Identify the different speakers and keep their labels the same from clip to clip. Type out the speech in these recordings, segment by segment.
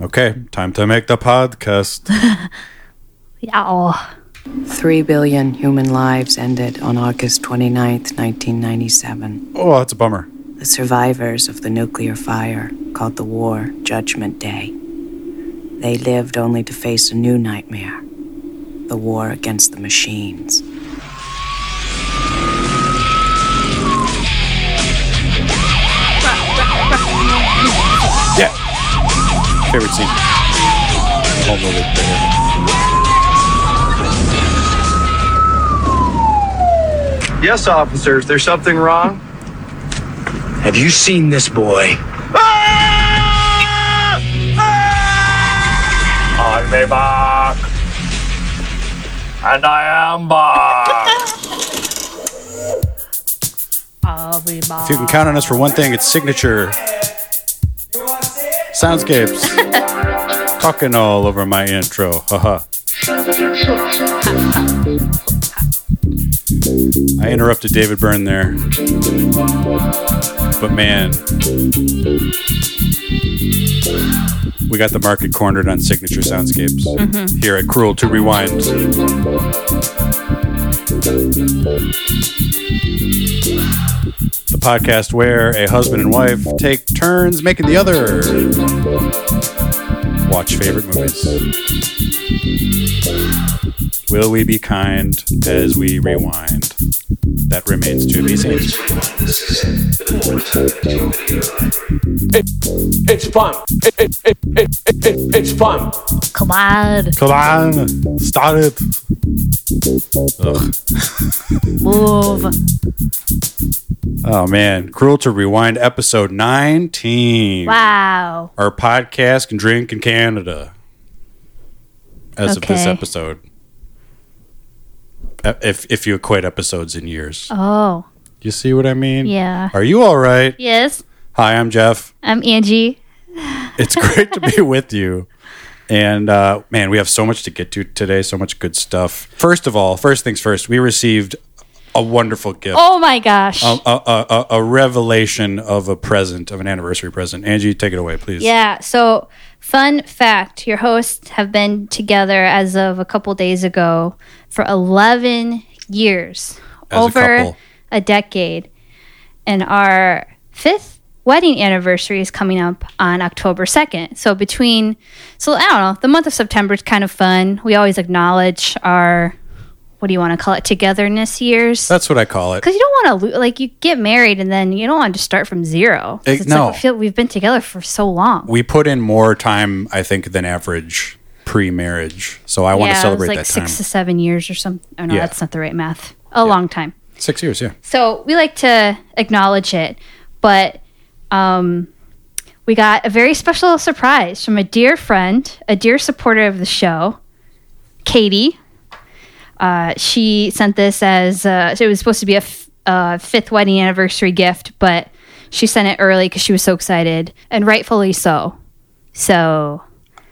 Speaker 1: Okay, time to make the podcast.
Speaker 2: Yeah.
Speaker 3: Three billion human lives ended on August 29, 1997.
Speaker 1: Oh, that's a bummer.
Speaker 3: The survivors of the nuclear fire, called the war Judgment Day, they lived only to face a new nightmare the war against the machines.
Speaker 1: Yeah. Favorite scene. Home movie.
Speaker 4: Yes, officers, there's something wrong.
Speaker 5: Have you seen this boy?
Speaker 4: I'll be back. And I am back.
Speaker 2: I'll be back.
Speaker 1: If you can count on us for one thing, it's signature. Soundscapes. Talking all over my intro. Haha. I interrupted David Byrne there. But man, we got the market cornered on signature soundscapes here at Cruel to Rewind. the podcast where a husband and wife take turns making the other watch favorite movies. Will we be kind as we rewind? That remains to be seen.
Speaker 6: It's fun. It, it, it, it, it, it, it's fun.
Speaker 2: Come on.
Speaker 1: Come on, start it. Ugh.
Speaker 2: Move.
Speaker 1: Oh man, Cruel to Rewind episode 19.
Speaker 2: Wow.
Speaker 1: Our podcast can drink in Canada as of this
Speaker 2: Okay.
Speaker 1: episode. Uh, If if you equate episodes in years.
Speaker 2: Oh,
Speaker 1: You see what I mean?
Speaker 2: yeah.
Speaker 1: Are you all right?
Speaker 2: Yes,
Speaker 1: Hi, I'm Jeff.
Speaker 2: I'm Angie.
Speaker 1: It's great to be with you. And uh, man, we have so much to get to today, so much good stuff. First of all, first things first, we received a wonderful gift.
Speaker 2: Oh my gosh.
Speaker 1: A, a, a, a revelation of a present, of an anniversary present. Angie, take it away, please.
Speaker 2: Yeah. So, fun fact your hosts have been together as of a couple days ago for 11 years,
Speaker 1: As a
Speaker 2: over
Speaker 1: couple.
Speaker 2: a decade. And our fifth wedding anniversary is coming up on October 2nd. So, between, so I don't know, the month of September is kind of fun. We always acknowledge our, what do you want to call it, togetherness years.
Speaker 1: That's what I call it.
Speaker 2: Because you don't want to lo- like you get married and then you don't want to start from zero. 'Cause
Speaker 1: Eh,
Speaker 2: it's
Speaker 1: no.
Speaker 2: like we feel we've been together for so long.
Speaker 1: We put in more time, I think, than average pre marriage. So I want to
Speaker 2: it was
Speaker 1: celebrate
Speaker 2: like
Speaker 1: that
Speaker 2: six
Speaker 1: time.
Speaker 2: to seven years or something. Oh no,
Speaker 1: Yeah.
Speaker 2: that's not the right math. A long time.
Speaker 1: Six years, yeah.
Speaker 2: So we like to acknowledge it, but um, we got a very special surprise from a dear friend, a dear supporter of the show, Katie. Uh, she sent this as uh, so it was supposed to be a f- uh, fifth wedding anniversary gift, but she sent it early because she was so excited, and rightfully so. So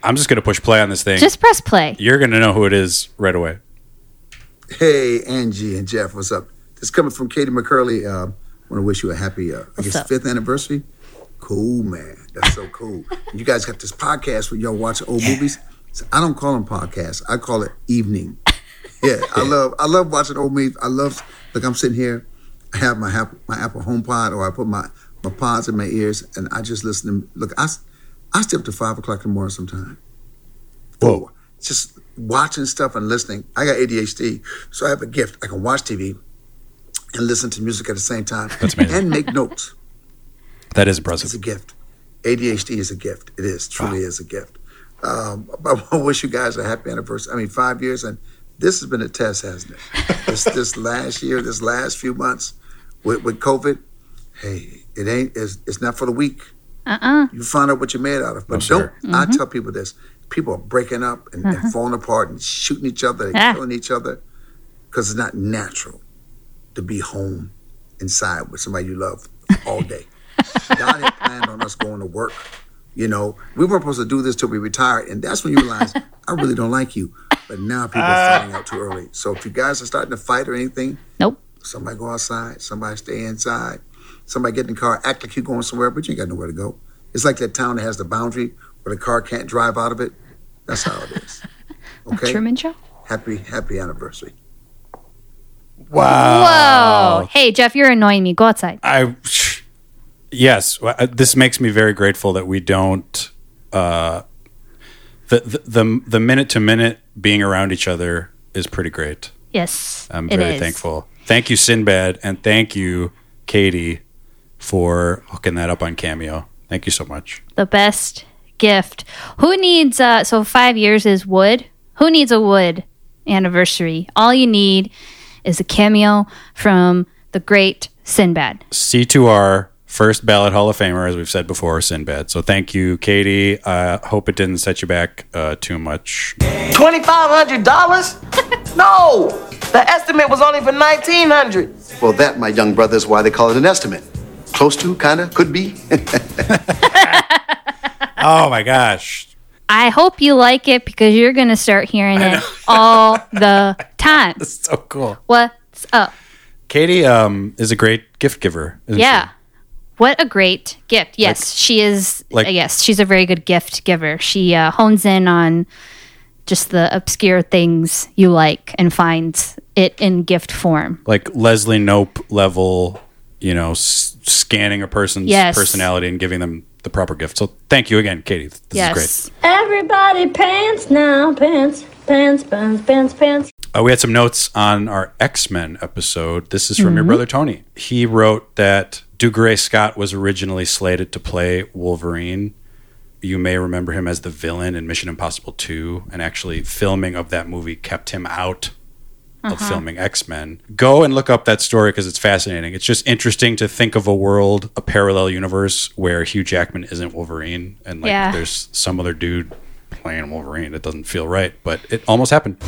Speaker 1: I'm just going to push play on this thing.
Speaker 2: just press play.
Speaker 1: You're going to know who it is right away.
Speaker 7: Hey, Angie and Jeff, what's up? This is coming from Katie McCurley. Uh, want to wish you a happy, uh, I guess,
Speaker 2: up?
Speaker 7: fifth anniversary. Cool, man. That's so cool. And you guys got this podcast where y'all watch old movies. So I don't call them podcasts. I call it evening. Yeah, I love I love watching old movies. I love like I'm sitting here. I have my Apple, my Apple Home Pod, or I put my my pods in my ears, and I just listen. to Look, I s- I stay up to five o'clock in the morning sometimes.
Speaker 1: Whoa.
Speaker 7: Just watching stuff and listening. I got ADHD, so I have a gift. I can watch TV and listen to music at the same time.
Speaker 1: That's amazing.
Speaker 7: And make notes.
Speaker 1: That
Speaker 7: It's
Speaker 1: is
Speaker 7: a
Speaker 1: impressive.
Speaker 7: gift. ADHD is a gift. It is truly is a gift. Um, but I wish you guys a happy anniversary. I mean, five years, and this has been a test, hasn't it? this this last year, this last few months with, with COVID. Hey, it ain't. It's, it's not for the weak.
Speaker 2: Uh uh
Speaker 7: You find out what you're made out of. But
Speaker 1: sir.
Speaker 7: don't. I tell people this: people are breaking up and, and falling apart and shooting each other and
Speaker 2: Yeah.
Speaker 7: killing each other because it's not natural to be home inside with somebody you love all day. God had planned on us going to work. You know, we weren't supposed to do this till we retired, and that's when you realize I really don't like you. But now people are finding out too early. So if you guys are starting to fight or anything,
Speaker 2: Nope.
Speaker 7: Somebody go outside. Somebody stay inside. Somebody get in the car, act like you're going somewhere, but you ain't got nowhere to go. It's like that town that has the boundary where the car can't drive out of it. That's how it is. Okay.
Speaker 2: Truman Show.
Speaker 7: Happy happy anniversary.
Speaker 2: Whoa!
Speaker 1: Oh.
Speaker 2: Hey, Jeff, you're annoying me. Go outside.
Speaker 1: I yes, well, uh, this makes me very grateful that we don't uh, the the the, the minute to minute being around each other is pretty great.
Speaker 2: Yes,
Speaker 1: I'm
Speaker 2: it
Speaker 1: very
Speaker 2: is.
Speaker 1: thankful. Thank you, Sinbad, and thank you, Katie, for hooking that up on Cameo. Thank you so much.
Speaker 2: The best gift. Who needs? Uh, so five years is wood. Who needs a wood anniversary? All you need is a cameo from the great Sinbad.
Speaker 1: C2R, first ballot Hall of Famer, as we've said before, Sinbad. So thank you, Katie. I hope it didn't set you back uh, too much.
Speaker 8: $2,500? no! The estimate was only for 1900
Speaker 9: Well, that, my young brother, is why they call it an estimate. Close to, kinda, could be.
Speaker 1: Oh my gosh.
Speaker 2: I hope you like it because you're gonna start hearing it all the time.
Speaker 1: So cool.
Speaker 2: What's up?
Speaker 1: Katie um, is a great gift giver, isn't
Speaker 2: Yeah.
Speaker 1: she?
Speaker 2: What a great gift. Yes, she is. uh,
Speaker 1: like-
Speaker 2: yes, she's a very good gift giver. She uh, hones in on just the obscure things you like and finds it in gift form.
Speaker 1: Like Leslie Nope level, you know, s- scanning a person's
Speaker 2: Yes.
Speaker 1: personality and giving them the proper gift. So thank you again, Katie. This is great.
Speaker 2: yes.
Speaker 10: Everybody pants now, pants, pants, pants, pants, pants.
Speaker 1: Uh, we had some notes on our X Men episode. This is from your brother Tony. He wrote that Dougray Scott was originally slated to play Wolverine. You may remember him as the villain in Mission Impossible 2, and actually, filming of that movie kept him out of filming X Men. Go and look up that story because it's fascinating. It's just interesting to think of a world, a parallel universe where Hugh Jackman isn't Wolverine and like
Speaker 2: Yeah.
Speaker 1: there's some other dude playing Wolverine. It doesn't feel right, but it almost happened.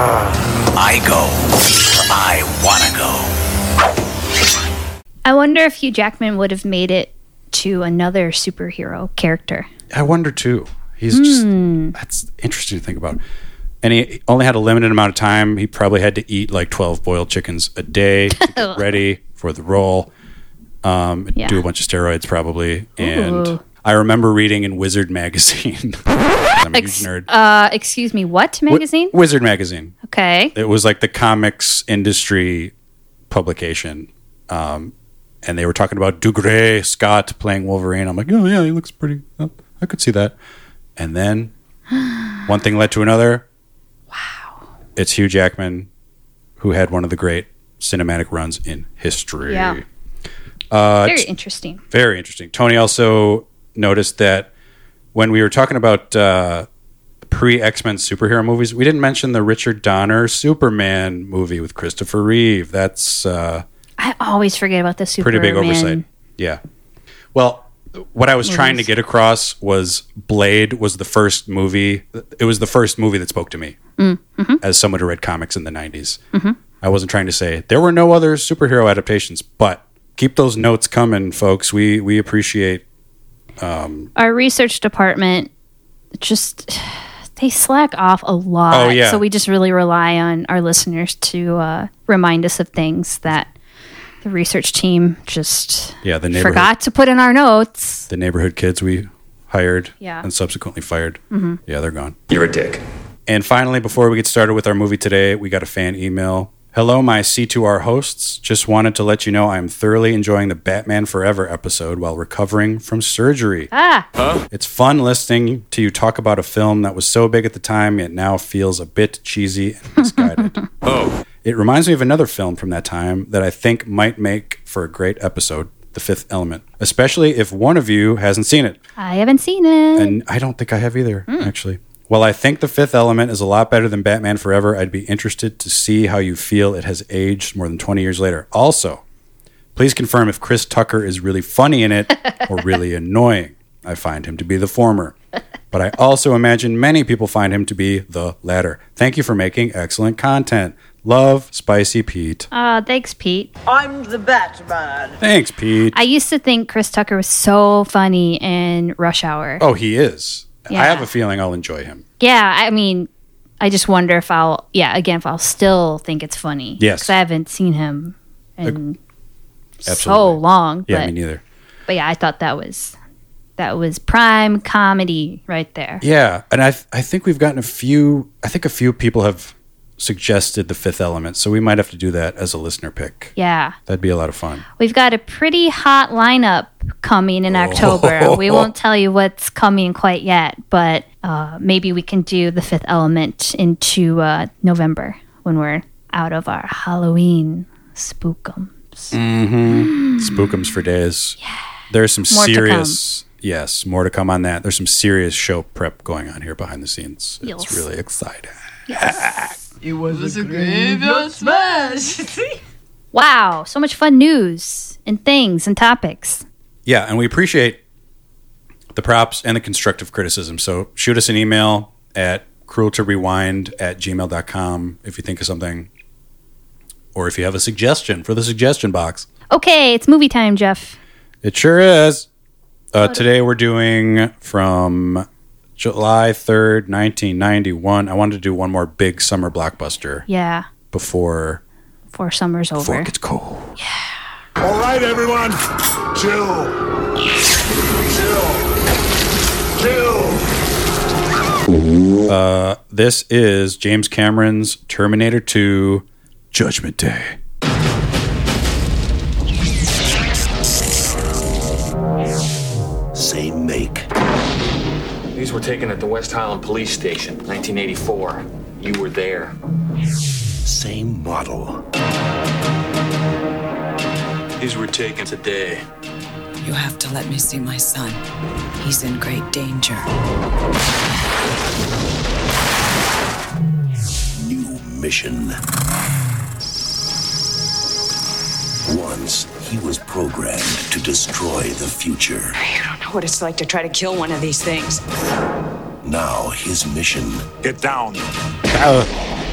Speaker 5: I go where I wanna go.
Speaker 2: I wonder if Hugh Jackman would have made it to another superhero character.
Speaker 1: I wonder too. He's
Speaker 2: Hmm.
Speaker 1: just that's interesting to think about. And he only had a limited amount of time. He probably had to eat like twelve boiled chickens a day to get ready for the role. Um,
Speaker 2: Yeah.
Speaker 1: Do a bunch of steroids probably. And
Speaker 2: Ooh.
Speaker 1: I remember reading in Wizard magazine. I'm a huge nerd.
Speaker 2: Uh, excuse me, what
Speaker 1: Wi-
Speaker 2: magazine?
Speaker 1: Wizard magazine.
Speaker 2: okay.
Speaker 1: It was like the comics industry publication. Um, and they were talking about Dougray Scott playing Wolverine. I'm like, oh, yeah, he looks pretty. uh, I could see that. And then one thing led to another. Wow. It's Hugh Jackman, who had one of the great cinematic runs in history.
Speaker 2: Yeah.
Speaker 1: Uh,
Speaker 2: Very interesting.
Speaker 1: very interesting. Tony also noticed that when we were talking about uh, pre X Men superhero movies, we didn't mention the Richard Donner Superman movie with Christopher Reeve. That's uh,
Speaker 2: I always forget about the Superman.
Speaker 1: pretty big oversight. Yeah. Well, what I was trying to
Speaker 2: Movies.
Speaker 1: get across was Blade was the first movie. It was the first movie that spoke to me as someone who read comics in the 90s. I wasn't trying to say there were no other superhero adaptations, but keep those notes coming, folks. We we appreciate um,
Speaker 2: our research department just they slack off a lot.
Speaker 1: Oh, yeah.
Speaker 2: So we just really rely on our listeners to uh, remind us of things that the research team just
Speaker 1: Yeah, the neighborhood
Speaker 2: forgot to put in our notes.
Speaker 1: the neighborhood kids we hired
Speaker 2: Yeah.
Speaker 1: and subsequently fired. Yeah, they're gone.
Speaker 5: You're a dick.
Speaker 1: And finally, before we get started with our movie today, we got a fan email. Hello, my C2R hosts. Just wanted to let you know I'm thoroughly enjoying the Batman Forever episode while recovering from surgery.
Speaker 2: Ah,
Speaker 1: It's fun listening to you talk about a film that was so big at the time, yet now feels a bit cheesy and misguided. oh. It reminds me of another film from that time that I think might make for a great episode The Fifth Element, especially if one of you hasn't seen it.
Speaker 2: I haven't seen it.
Speaker 1: And I don't think I have either,
Speaker 2: Hmm.
Speaker 1: actually. While I think The Fifth Element is a lot better than Batman Forever, I'd be interested to see how you feel it has aged more than 20 years later. Also, please confirm if Chris Tucker is really funny in it or really annoying. I find him to be the former. But I also imagine many people find him to be the latter. Thank you for making excellent content. Love, Spicy Pete.
Speaker 2: Aw, thanks, Pete.
Speaker 8: I'm the Batman.
Speaker 1: Thanks, Pete.
Speaker 2: I used to think Chris Tucker was so funny in Rush Hour.
Speaker 1: oh, he is. I
Speaker 2: Yeah.
Speaker 1: have a feeling I'll enjoy him.
Speaker 2: Yeah, I mean, I just wonder if I'll, yeah, again, if I'll still think it's funny.
Speaker 1: Yes.
Speaker 2: 'Cause I haven't seen him in so
Speaker 1: Absolutely.
Speaker 2: long.
Speaker 1: Yeah,
Speaker 2: but-
Speaker 1: me neither.
Speaker 2: But yeah, I thought that was That was prime comedy right there.
Speaker 1: Yeah, and I th- I think we've gotten a few. I think a few people have suggested the Fifth Element, so we might have to do that as a listener pick.
Speaker 2: Yeah.
Speaker 1: That'd be a lot of fun.
Speaker 2: We've got a pretty hot lineup coming in October. We won't tell you what's coming quite yet, but uh, maybe we can do the fifth element into uh, November when we're out of our Halloween spookum.
Speaker 1: Mm-hmm. Spookums for days. There's some
Speaker 2: More to
Speaker 1: serious. Yes, more to come on that. There's some serious show prep going on here behind the scenes.
Speaker 11: Yes.
Speaker 1: It's really exciting.
Speaker 11: It was, a
Speaker 2: graveyard
Speaker 11: smash.
Speaker 2: Wow, so much fun news and things and topics.
Speaker 1: Yeah, and we appreciate the props and the constructive criticism. So shoot us an email at cruel to rewind at gmail.com if you think of something or if you have a suggestion for the suggestion box.
Speaker 2: Okay, it's movie time, Jeff.
Speaker 1: It sure is. Uh, today we're doing from July 3rd, 1991. I wanted to do one more big summer blockbuster
Speaker 2: Yeah,
Speaker 1: before
Speaker 2: before summer's over.
Speaker 1: before it gets cold.
Speaker 12: All right, everyone, chill, chill, chill.
Speaker 1: Uh, this is James Cameron's Terminator 2 Judgment Day.
Speaker 5: Same make.
Speaker 13: These were taken at the West Highland Police Station, 1984. You were there.
Speaker 5: Same model.
Speaker 13: These were taken today.
Speaker 3: You have to let me see my son. He's in great danger.
Speaker 5: Mission. Once he was programmed to destroy the future.
Speaker 3: You don't know what it's like to try to kill one of these things.
Speaker 5: Now his mission. Get down.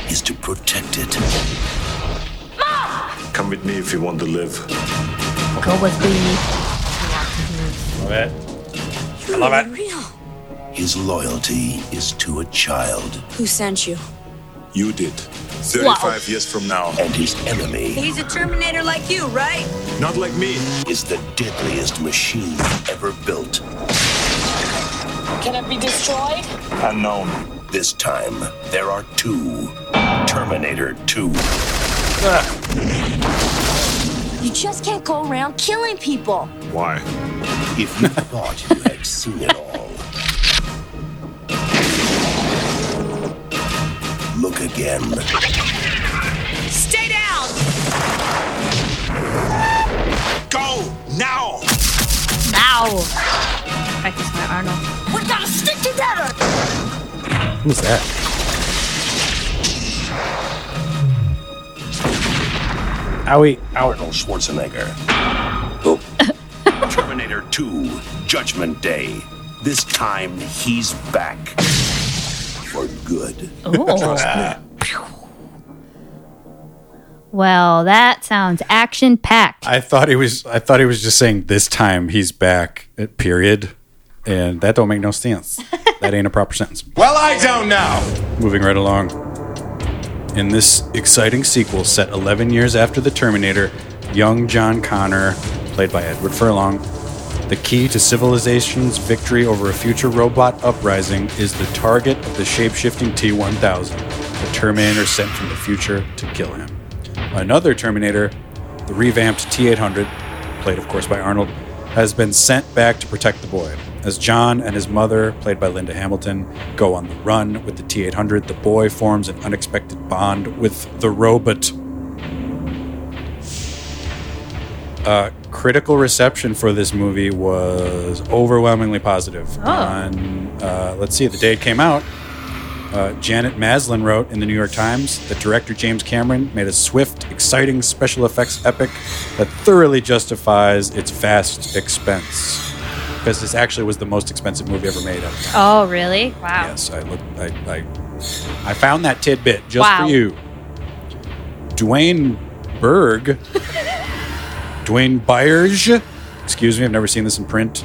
Speaker 5: Is to protect it.
Speaker 12: Come with me if you want to live.
Speaker 2: Go with me.
Speaker 1: Love it. I love it.
Speaker 14: Real.
Speaker 5: His loyalty is to a child.
Speaker 14: Who sent you?
Speaker 12: You did. 35 years from now.
Speaker 5: And his enemy,
Speaker 14: He's a Terminator like you, right?
Speaker 5: not like me, is the deadliest machine ever built.
Speaker 14: Can it be destroyed?
Speaker 5: Unknown. This time, there are two Terminator 2.
Speaker 12: Ah.
Speaker 14: You just can't go around killing people.
Speaker 5: Why? If you thought you had seen it all, look again.
Speaker 14: Stay down!
Speaker 5: Go now!
Speaker 2: Now. Practice my Arnold.
Speaker 14: We gotta stick together!
Speaker 1: Who's that? Owie.
Speaker 5: Arnold Schwarzenegger. Oh. Terminator 2, Judgment Day. This time he's back. For good.
Speaker 2: Ooh.
Speaker 5: Trust me.
Speaker 2: Well, that sounds action packed.
Speaker 1: I thought he was I thought he was just saying this time he's back. eh, Period. And that don't make no sense. that ain't a proper sentence.
Speaker 5: Well, I don't know.
Speaker 1: Moving right along. In this exciting sequel set 11 years after The Terminator, young John Connor, played by Edward Furlong, the key to civilization's victory over a future robot uprising is the target of the shapeshifting T 1000, the Terminator sent from the future to kill him. Another Terminator, the revamped T 800, played of course by Arnold, has been sent back to protect the boy. As John and his mother, played by Linda Hamilton, go on the run with the T 800, the boy forms an unexpected bond with the robot. Uh, critical reception for this movie was overwhelmingly positive.
Speaker 5: Oh.
Speaker 1: On, uh, let's see, the day it came out, uh, Janet Maslin wrote in the New York Times that director James Cameron made a swift, exciting special effects epic that thoroughly justifies its vast expense. Because this actually was the most expensive movie ever made. At the time.
Speaker 2: Oh, really? Wow.
Speaker 1: Yes, I looked. I, I, I found that tidbit just
Speaker 2: Wow.
Speaker 1: for you. Dwayne Berg, Dwayne Byerge. Excuse me, I've never seen this in print.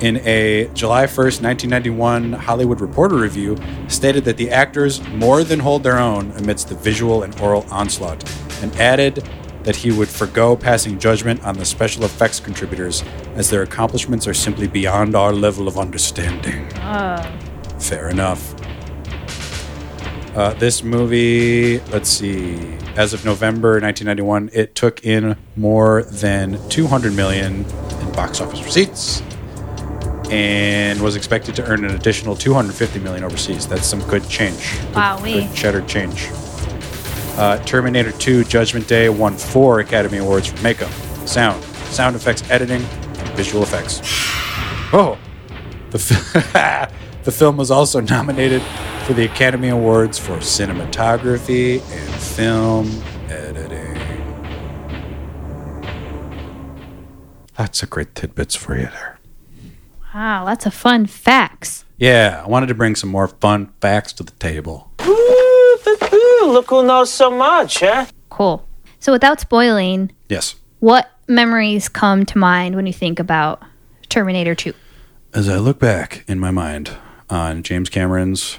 Speaker 1: In a July 1st, 1991 Hollywood Reporter review, stated that the actors more than hold their own amidst the visual and oral onslaught, and added that that he would forego passing judgment on the special effects contributors, as their accomplishments are simply beyond our level of understanding. Fair enough. Uh, this movie, let's see, as of November 1991, it took in more than 200 million in box office receipts and was expected to earn an additional 250 million overseas. That's some good change.
Speaker 2: Wowee.
Speaker 1: Good cheddar change. Uh, Terminator 2 Judgment Day won four Academy Awards for makeup, sound, sound effects editing, and visual effects. Oh, the, fi- the film was also nominated for the Academy Awards for cinematography and film editing. Lots of great tidbits for you there.
Speaker 2: Wow, Ah, lots of fun facts.
Speaker 1: Yeah, I wanted to bring some more fun facts to the table.
Speaker 15: Ooh, poo-poo, look who knows so much, huh?
Speaker 2: Cool. So, without spoiling,
Speaker 1: Yes.
Speaker 2: what memories come to mind when you think about Terminator 2?
Speaker 1: as I look back in my mind on James Cameron's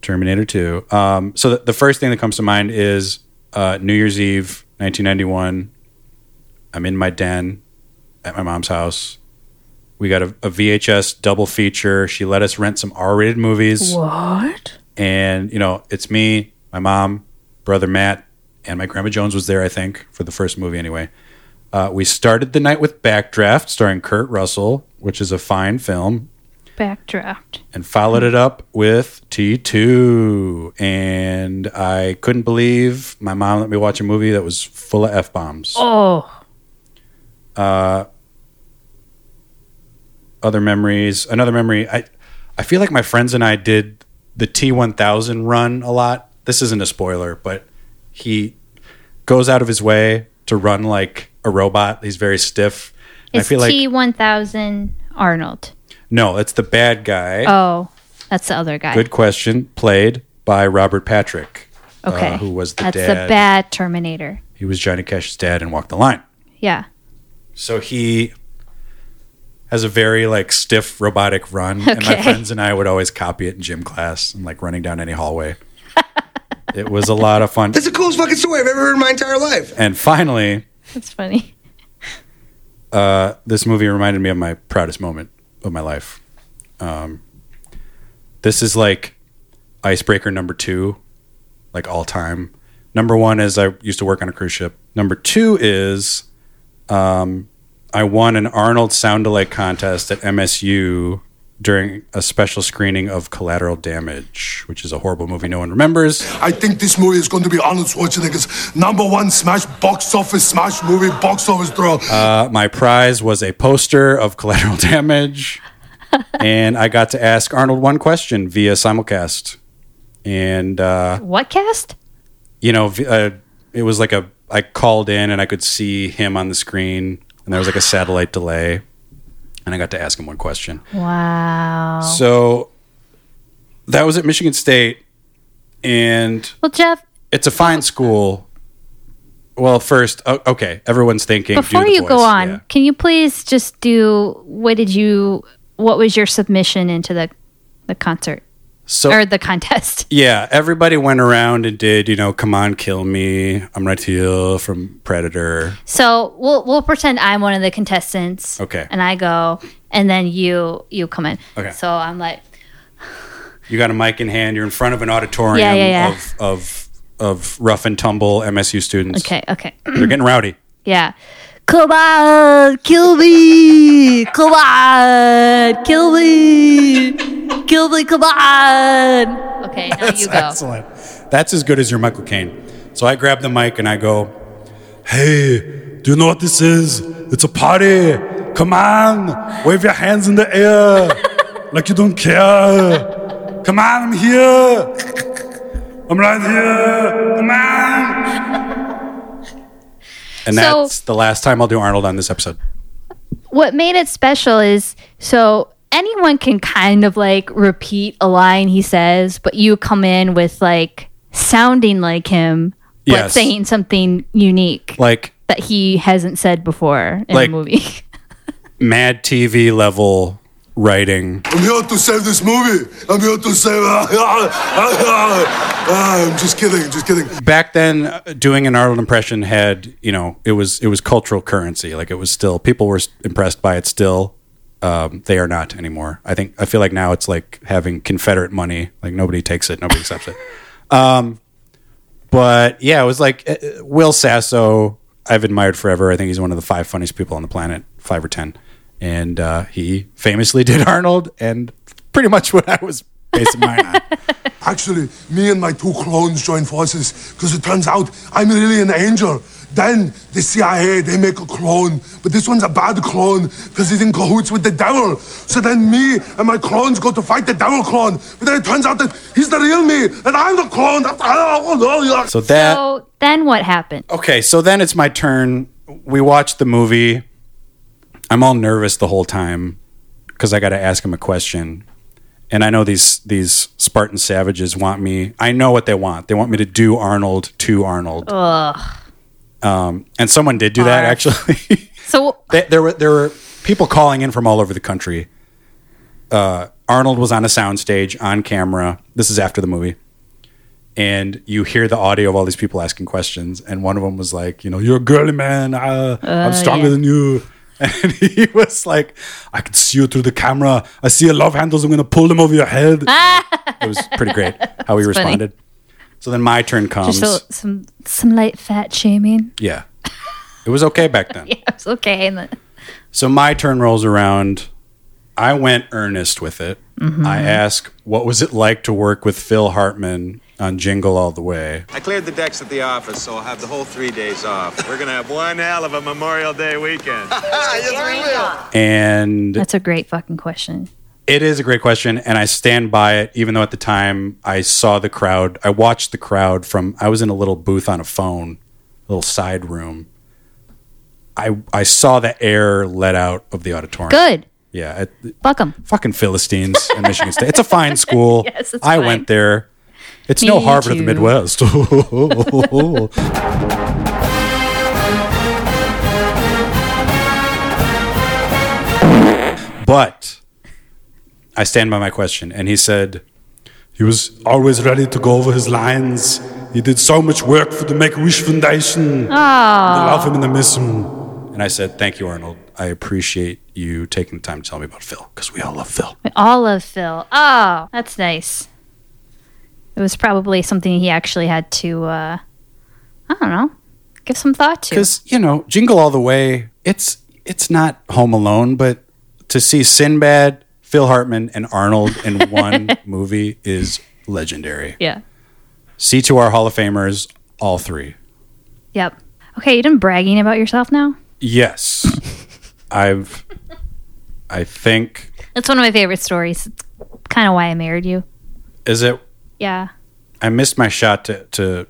Speaker 1: Terminator 2, um, so the, the first thing that comes to mind is uh, New Year's Eve, 1991. I'm in my den at my mom's house. We got a, a VHS double feature. She let us rent some R rated movies.
Speaker 16: What?
Speaker 1: And, you know, it's me, my mom, brother Matt, and my grandma Jones was there, I think, for the first movie anyway. Uh, we started the night with Backdraft, starring Kurt Russell, which is a fine film
Speaker 2: Backdraft.
Speaker 1: and followed it up with T2. And I couldn't believe my mom let me watch a movie that was full of F bombs.
Speaker 16: Oh.
Speaker 1: Uh, other memories, another memory. I, I feel like my friends and I did the T1000 run a lot. This isn't a spoiler, but he goes out of his way to run like a robot. He's very stiff. And I
Speaker 2: It's
Speaker 1: feel like,
Speaker 2: T1000 Arnold.
Speaker 1: no, that's the bad guy.
Speaker 2: Oh, that's the other guy.
Speaker 1: Good question. Played by Robert Patrick, uh,
Speaker 2: Okay.
Speaker 1: who was the
Speaker 2: that's
Speaker 1: dad.
Speaker 2: the bad Terminator.
Speaker 1: he was Johnny Cash's dad and walked the line.
Speaker 2: Yeah.
Speaker 1: So he has a very like stiff robotic run, and my
Speaker 2: Okay.
Speaker 1: friends and I would always copy it in gym class and like running down any hallway. it was a lot of fun.
Speaker 17: That's the coolest fucking story I've ever heard in my entire life.
Speaker 1: And finally,
Speaker 2: That's funny.
Speaker 1: uh, this movie reminded me of my proudest moment of my life. Um, this is like icebreaker number two, like all time. Number one is I used to work on a cruise ship. Number two is um, I won an Arnold sound alike contest at MSU during a special screening of Collateral Damage, which is a horrible movie no one remembers.
Speaker 12: I think this movie is going to be Arnold Schwarzenegger's number one smash box office smash movie box office draw.
Speaker 1: Uh, my prize was a poster of collateral damage. and I got to ask Arnold one question via simulcast. And, uh,
Speaker 2: What cast?
Speaker 1: you know, v- uh, it was like a, I called in and I could see him on the screen and there was like a satellite delay. And I got to ask him one question.
Speaker 2: Wow.
Speaker 1: So that was at Michigan State. And
Speaker 2: well, Jeff,
Speaker 1: it's a fine school. Well, first, o- okay, everyone's thinking. do
Speaker 2: before
Speaker 1: the
Speaker 2: you go
Speaker 1: voice.
Speaker 2: on, can you please just do what did you what was your submission into the the concert
Speaker 1: So-
Speaker 2: or the contest?
Speaker 1: Yeah, everybody went around and did, you know, come on, kill me. I'm right here from Predator.
Speaker 2: So we'll we'll pretend I'm one of the contestants.
Speaker 1: Okay.
Speaker 2: And I go, and then you you come in.
Speaker 1: Okay.
Speaker 2: So I'm like,
Speaker 1: You got a mic in hand. You're in front of an auditorium
Speaker 2: Yeah, yeah, yeah.
Speaker 1: of of of rough and tumble MSU students.
Speaker 2: okay, okay,
Speaker 1: They're getting rowdy.
Speaker 2: yeah. Come on, kill me! Come on, kill me! Kill me! Come on! Okay, now
Speaker 1: That's
Speaker 2: you go.
Speaker 1: excellent. That's as good as your Michael Caine. So I grab the mic and I go,
Speaker 12: Hey, do you know what this is? It's a party. Come on, wave your hands in the air like you don't care. Come on, I'm here. I'm right here. Come on.
Speaker 1: and
Speaker 2: So-
Speaker 1: that's the last time I'll do Arnold on this episode.
Speaker 2: what made it special is so anyone can kind of like repeat a line he says, but you come in with like sounding like him, but
Speaker 1: Yes.
Speaker 2: saying something unique
Speaker 1: Like
Speaker 2: that he hasn't said before in
Speaker 1: Like-
Speaker 2: a movie.
Speaker 1: Mad TV level writing.
Speaker 16: I'm here to save this movie. I'm here to save. Ah, I'm just kidding. Just kidding.
Speaker 1: Back then, uh, doing an Arnold impression had you know it was it was cultural currency. Like it was still people were s- impressed by it. Still, um, they are not anymore. I think I feel like now it's like having Confederate money. Like nobody takes it, nobody accepts it. Um, but yeah, it was like uh, uh, Will Sasso. I've admired forever. I think he's one of the five funniest people on the planet, five or ten, and uh, he famously did Arnold, and pretty much what I was basing mine on.
Speaker 16: Actually, me and my two clones join forces because it turns out I'm really an angel. Then the CIA, they make a clone, but this one's a bad clone because he's in cahoots with the devil. So then me and my clones go to fight the devil clone, but then it turns out that he's the real me and I'm the clone.
Speaker 1: So that
Speaker 2: So then what happened?
Speaker 1: Okay, so then it's my turn. We watched the movie. I'm all nervous the whole time because I got to ask him a question, and I know these these Spartan savages want me. I know what they want. They want me to do Arnold to Arnold.
Speaker 2: Ugh.
Speaker 1: Um, and someone did do that actually.
Speaker 2: So
Speaker 1: They, there were there were people calling in from all over the country. Uh, Arnold was on a soundstage on camera. This is after the movie, and you hear the audio of all these people asking questions. And one of them was like, "You know, you're a girly man. Uh,
Speaker 12: Uh,
Speaker 1: I'm stronger
Speaker 12: yeah.
Speaker 1: than you." And he was like, "I can see you through the camera. I see your love handles. I'm gonna pull them over your head." it was pretty great how he
Speaker 2: That's funny.
Speaker 1: responded. So then my turn comes.
Speaker 2: just a, some some light fat shaming.
Speaker 1: yeah, it was okay back then.
Speaker 2: Yeah, it's okay. And then,
Speaker 1: So my turn rolls around. I went earnest with it.
Speaker 2: Mhm.
Speaker 1: I ask, what was it like to work with Phil Hartman on Jingle All the Way?
Speaker 18: I cleared the decks at the office, so I'll have the whole three days off. We're gonna have one hell of a Memorial Day weekend.
Speaker 1: And
Speaker 2: that's a great fucking question.
Speaker 1: it is a great question. And I stand by it, even though at the time I saw the crowd, I watched the crowd from, I was in a little booth on a phone, a little side room. I, I saw the air let out of the auditorium.
Speaker 2: Good.
Speaker 1: Yeah. it-
Speaker 2: Fuck 'em.
Speaker 1: Fucking Philistines and Michigan State. It's a fine school.
Speaker 2: Yes, it's
Speaker 1: I
Speaker 2: fine.
Speaker 1: went there. It's
Speaker 2: Me
Speaker 1: no Harvard of the
Speaker 2: too.
Speaker 1: Midwest. but I stand by my question. And he said,
Speaker 12: He was always ready to go over his lines. He did so much work for the Make a Wish Foundation. I
Speaker 2: Ah.
Speaker 12: love him and I miss him.
Speaker 1: and I said, Thank you, Arnold. I appreciate you taking the time to tell me about Phil because we all love Phil.
Speaker 2: We all love Phil. Oh, that's nice. It was probably something he actually had to, uh, I don't know, give some thought to.
Speaker 1: Because you know, Jingle All the Way, it's it's not Home Alone, but to see Sinbad, Phil Hartman, and Arnold in one movie is legendary.
Speaker 2: Yeah.
Speaker 1: C two R Hall of Famers, all three.
Speaker 2: Yep. Okay, you done bragging about yourself now?
Speaker 1: Yes, I've. I think
Speaker 2: That's one of my favorite stories. It's kind of why I married you.
Speaker 1: is it.
Speaker 2: Yeah.
Speaker 1: I missed my shot to to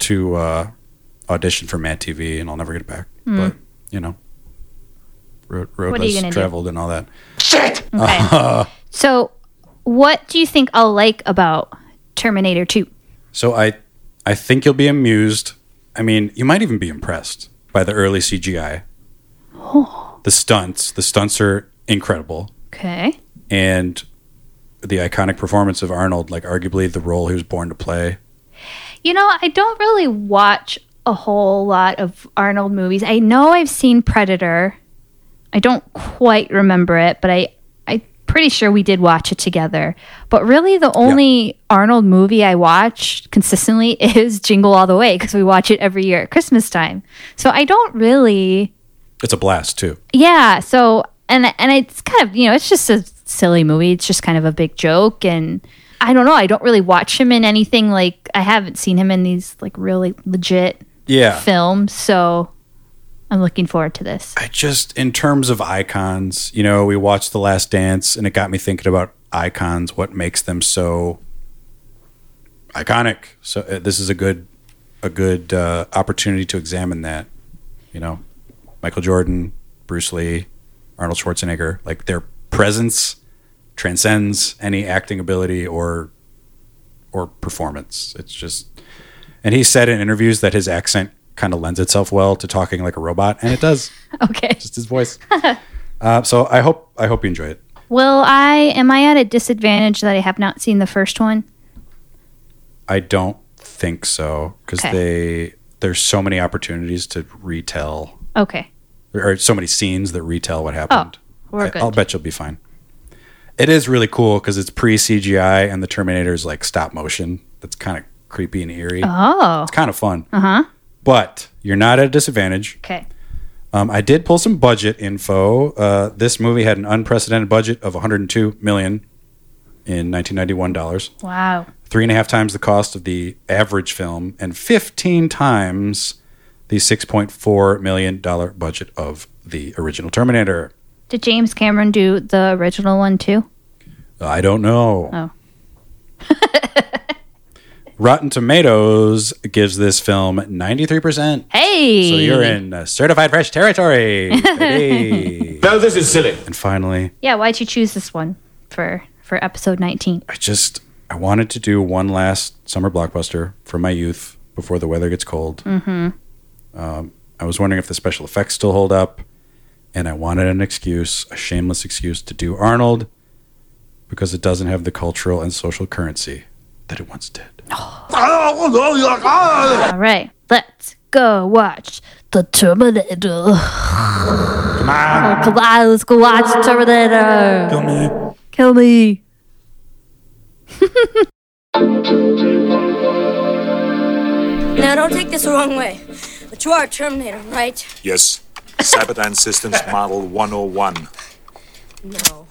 Speaker 1: to uh, audition for Mad TV, and I'll never get it back.
Speaker 2: Mm.
Speaker 1: But you know, road, road
Speaker 2: What are you
Speaker 1: less
Speaker 2: gonna do?
Speaker 1: traveled and all that.
Speaker 2: Shit. Okay. so, what do you think I'll like about Terminator 2?
Speaker 1: So I I think you'll be amused. I mean, you might even be impressed by the early CGI. The stunts, the stunts are incredible
Speaker 2: Okay.
Speaker 1: and the iconic performance of Arnold, like arguably the role he was born to play.
Speaker 2: You know, I don't really watch a whole lot of Arnold movies. I know I've seen Predator. I don't quite remember it, but I I'm pretty sure we did watch it together. But really the only Arnold movie I watch consistently is Jingle All the Way because we watch it every year at Christmas time. So I don't really
Speaker 1: It's a blast too.
Speaker 2: yeah, so and and it's kind of, you know, it's just a silly movie. It's just kind of a big joke and I don't know, I don't really watch him in anything like I haven't seen him in these like really legit
Speaker 1: Yeah.
Speaker 2: films, so I'm looking forward to this.
Speaker 1: I just in terms of icons, you know, we watched The Last Dance and it got me thinking about icons, what makes them so iconic. So uh, this is a good a good uh, opportunity to examine that, you know. Michael Jordan, Bruce Lee, Arnold Schwarzenegger, like their presence transcends any acting ability or or performance. It's just and he said in interviews that his accent kind of lends itself well to talking like a robot and it does.
Speaker 2: Okay.
Speaker 1: Just his voice. Uh, so I hope I hope you enjoy it.
Speaker 2: Will I? Am I at a disadvantage that I have not seen the first one?
Speaker 1: I don't think so because
Speaker 2: Okay.
Speaker 1: they there's so many opportunities to retell
Speaker 2: Okay.
Speaker 1: or so many scenes that retell what happened.
Speaker 2: Oh, we're
Speaker 1: I-
Speaker 2: good.
Speaker 1: I'll bet you'll be fine. It is really cool because it's pre CGI and the Terminator is like stop motion. That's kind of creepy and eerie.
Speaker 2: Oh.
Speaker 1: it's kind of fun.
Speaker 2: Uh huh.
Speaker 1: But you're not at a disadvantage.
Speaker 2: Okay.
Speaker 1: Um, I did pull some budget info. Uh, this movie had an unprecedented budget of 102 million in 1991 dollars
Speaker 2: Wow.
Speaker 1: three and a half times the cost of the average film and 15 times the 6.4 million dollar budget of the original terminator
Speaker 2: Did James Cameron do the original one too?
Speaker 1: i don't know
Speaker 2: Oh.
Speaker 1: rotten tomatoes gives this film 93%
Speaker 2: Hey.
Speaker 1: so you're in uh, certified fresh territory no this is silly and finally
Speaker 2: Yeah. Why'd you choose this one for for episode nineteen?
Speaker 1: I just I wanted to do one last summer blockbuster for my youth before the weather gets cold.
Speaker 2: Mm-hmm.
Speaker 1: Um, I was wondering if the special effects still hold up, and I wanted an excuse, a shameless excuse, to do Arnold because it doesn't have the cultural and social currency that it once did.
Speaker 16: Ah!
Speaker 2: All right. Let's go watch the Terminator.
Speaker 12: Come
Speaker 2: Oh,
Speaker 12: on,
Speaker 2: come on, let's go watch Terminator.
Speaker 12: kill me.
Speaker 2: Kill me.
Speaker 10: Now, don't take this the wrong way, but you are a Terminator, right?
Speaker 19: Yes. Cyberdyne Systems Model 101.
Speaker 10: No.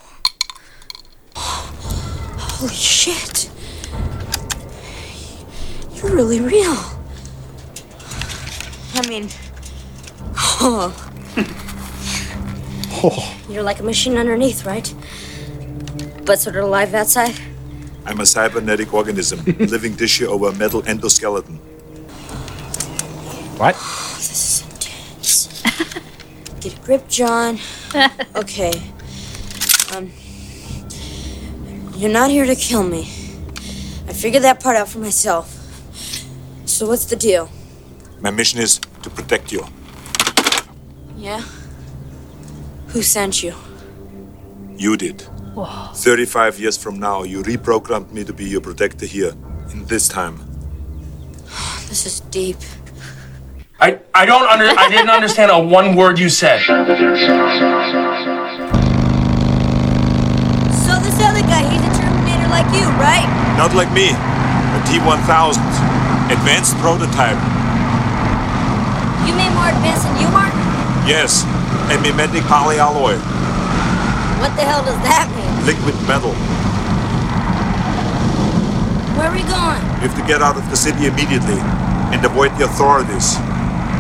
Speaker 10: Holy shit! You're really real. I mean, oh, you're like a machine underneath, right? But sort of alive outside.
Speaker 19: I'm a cybernetic organism, living tissue over a metal endoskeleton.
Speaker 1: What?
Speaker 10: Oh, This is intense. Get a grip, John. Okay. Um, you're not here to kill me. I figured that part out for myself. So what's the deal?
Speaker 19: My mission is to protect you.
Speaker 10: Yeah? Who sent you?
Speaker 19: You did. 35 years from now, you reprogrammed me to be your protector here. In this time.
Speaker 10: This is deep.
Speaker 6: I, I don't under I didn't understand a one word you said.
Speaker 10: So this other guy, he's a Terminator like you, right?
Speaker 19: Not like me, a T 1000, advanced prototype.
Speaker 10: You mean more advanced than you are?
Speaker 19: Yes, a mimetic polyalloy,
Speaker 10: What the hell does that mean?
Speaker 19: liquid metal.
Speaker 10: Where are we going?
Speaker 19: You have to get out of the city immediately and avoid the authorities.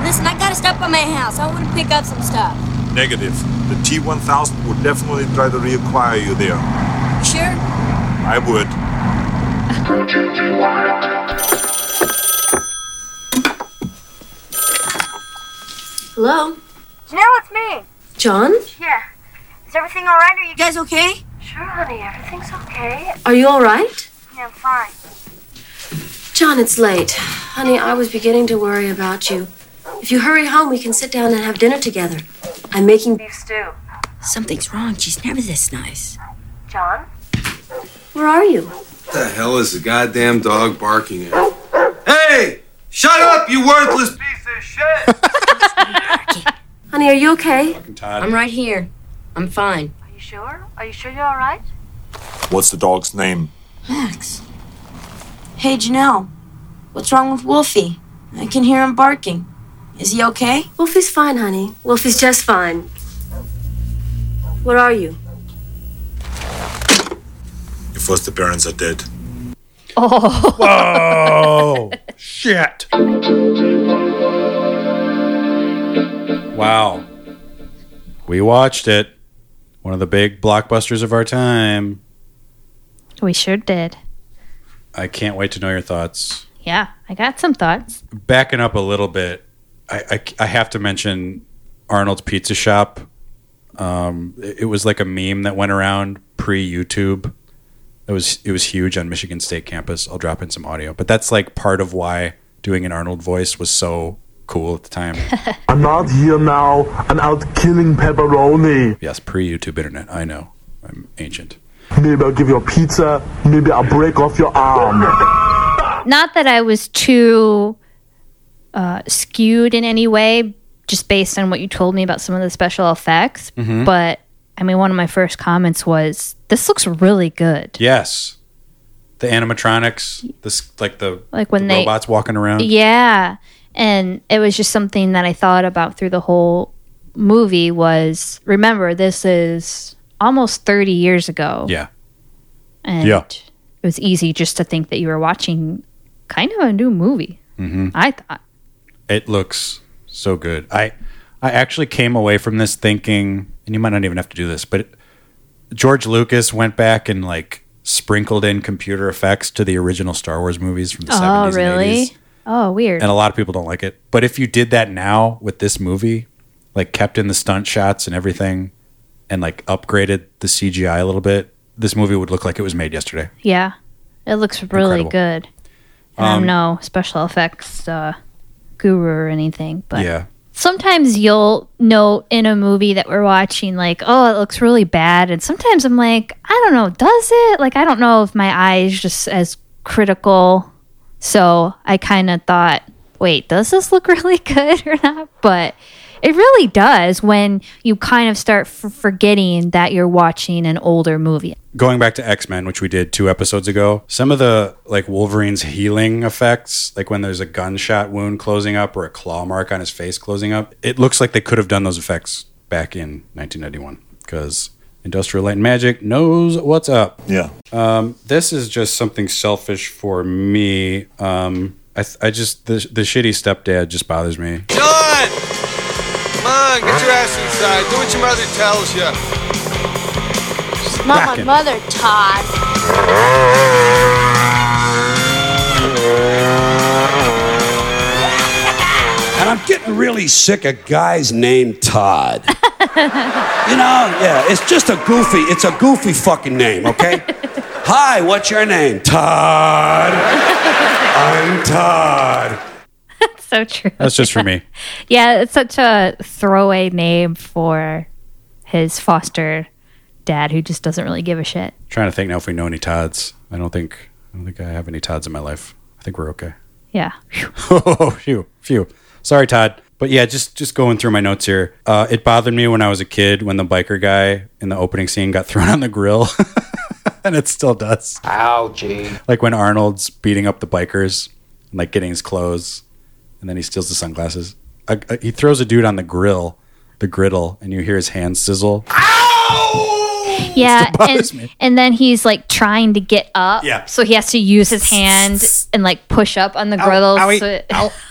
Speaker 10: Listen, I gotta stop by my house. I wanna pick up some stuff.
Speaker 19: Negative. The T 1000 would definitely try to reacquire you there.
Speaker 10: Sure?
Speaker 19: I would.
Speaker 10: Hello?
Speaker 20: Janelle, it's me.
Speaker 10: John?
Speaker 20: Yeah. Is everything all right? Are you
Speaker 10: guys okay?
Speaker 20: Sure, honey. Everything's okay.
Speaker 10: Are you alright?
Speaker 20: Yeah, I'm fine.
Speaker 10: John, it's late. Honey, I was beginning to worry about you. If you hurry home, we can sit down and have dinner together. I'm making beef stew. Something's wrong. She's never this nice.
Speaker 20: John?
Speaker 10: Where are you?
Speaker 21: What the hell is the goddamn dog barking at? Hey! Shut up, you worthless piece of shit!
Speaker 10: Honey, are you okay?
Speaker 1: Todd.
Speaker 10: I'm right here. I'm fine.
Speaker 20: Are you sure? Are you sure you're all right?
Speaker 19: What's the dog's name?
Speaker 10: Max. Hey, Janelle. What's wrong with Wolfie? I can hear him barking. Is he okay? Wolfie's fine, honey. Wolfie's just fine. Where are you?
Speaker 19: Your foster parents are dead.
Speaker 2: Oh.
Speaker 1: Whoa! Shit. Wow. We watched it. One of the big blockbusters of our time.
Speaker 2: We sure did.
Speaker 1: I can't wait to know your thoughts.
Speaker 2: Yeah, I got some thoughts.
Speaker 1: backing up a little bit, I, I, I have to mention Arnold's Pizza Shop. Um, it, it was like a meme that went around pre YouTube. It was it was huge on Michigan State campus. I'll drop in some audio, but that's like part of why doing an Arnold voice was so cool at the time.
Speaker 16: I'm not here now. I'm out killing pepperoni.
Speaker 1: yes, pre YouTube internet. I know. I'm ancient.
Speaker 16: Maybe I'll give you a pizza. Maybe I'll break off your arm.
Speaker 2: Not that I was too uh, skewed in any way, just based on what you told me about some of the special effects.
Speaker 12: Mm-hmm.
Speaker 1: Mhm.
Speaker 2: But I mean, one of my first comments was, "This looks really good."
Speaker 1: Yes, the animatronics, this like the
Speaker 2: Like when
Speaker 1: the
Speaker 2: they-
Speaker 1: robots walking around.
Speaker 2: Yeah. And it was just something that I thought about through the whole movie was remember this is almost 30 years ago.
Speaker 1: Yeah.
Speaker 2: And
Speaker 1: Yeah.
Speaker 2: it was easy just to think that you were watching kind of a new movie.
Speaker 1: hmm
Speaker 2: I thought
Speaker 1: It looks so good. I I actually came away from this thinking, and you might not even have to do this, but George Lucas went back and like sprinkled in computer effects to the original Star Wars movies from the
Speaker 2: Oh,
Speaker 1: 70s and
Speaker 2: really?
Speaker 1: 80s.
Speaker 2: Oh, weird.
Speaker 1: and a lot of people don't like it. But if you did that now with this movie, like kept in the stunt shots and everything, and like upgraded the CGI a little bit, this movie would look like it was made yesterday.
Speaker 2: yeah. It looks really
Speaker 1: Incredible.
Speaker 2: good. And
Speaker 1: Um,
Speaker 2: I'm no special effects uh, guru or anything, but
Speaker 1: yeah,
Speaker 2: sometimes you'll know in a movie that we're watching like oh it looks really bad and sometimes i'm like i don't know does it like i don't know if my eye is just as critical so i kind of thought wait does this look really good or not but it really does when you kind of start f- forgetting that you're watching an older movie
Speaker 1: going back to X Men, which we did two episodes ago, some of the like Wolverine's healing effects, like when there's a gunshot wound closing up or a claw mark on his face closing up, it looks like they could have done those effects back in 1991 because Industrial Light and Magic knows what's up.
Speaker 19: Yeah.
Speaker 1: Um, this is just something selfish for me. Um, I, th- I just the, the shitty stepdad just bothers me.
Speaker 21: John! Come on, get your ass inside. Do what your mother tells you.
Speaker 14: She's not my
Speaker 1: Rockin'.
Speaker 14: mother, Todd.
Speaker 4: And I'm getting really sick of guys named Todd. you know, Oh, yeah, it's just a goofy, it's a goofy fucking name, okay? Hi, what's your name? Todd. I'm Todd.
Speaker 2: that's so true
Speaker 1: That's just for me.
Speaker 2: yeah it's such a throwaway name for his foster dad who just doesn't really give a shit
Speaker 1: Trying to think now if we know any Todds. I don't think I don't think I have any Todds in my life. I think we're okay.
Speaker 2: yeah
Speaker 1: oh, phew, phew. Sorry, Todd. But yeah, just just going through my notes here. Uh, it bothered me when I was a kid when the biker guy in the opening scene got thrown on the grill, and it still does.
Speaker 22: Ouchie.
Speaker 1: Like when Arnold's beating up the bikers, and like getting his clothes, and then he steals the sunglasses. Uh, uh, he throws a dude on the grill, the griddle, and you hear his hand sizzle.
Speaker 2: Yeah, and, and then he's like trying to get up.
Speaker 1: Yeah.
Speaker 2: So he has to use his hand and like push up on the griddle.
Speaker 1: owie,
Speaker 2: so it-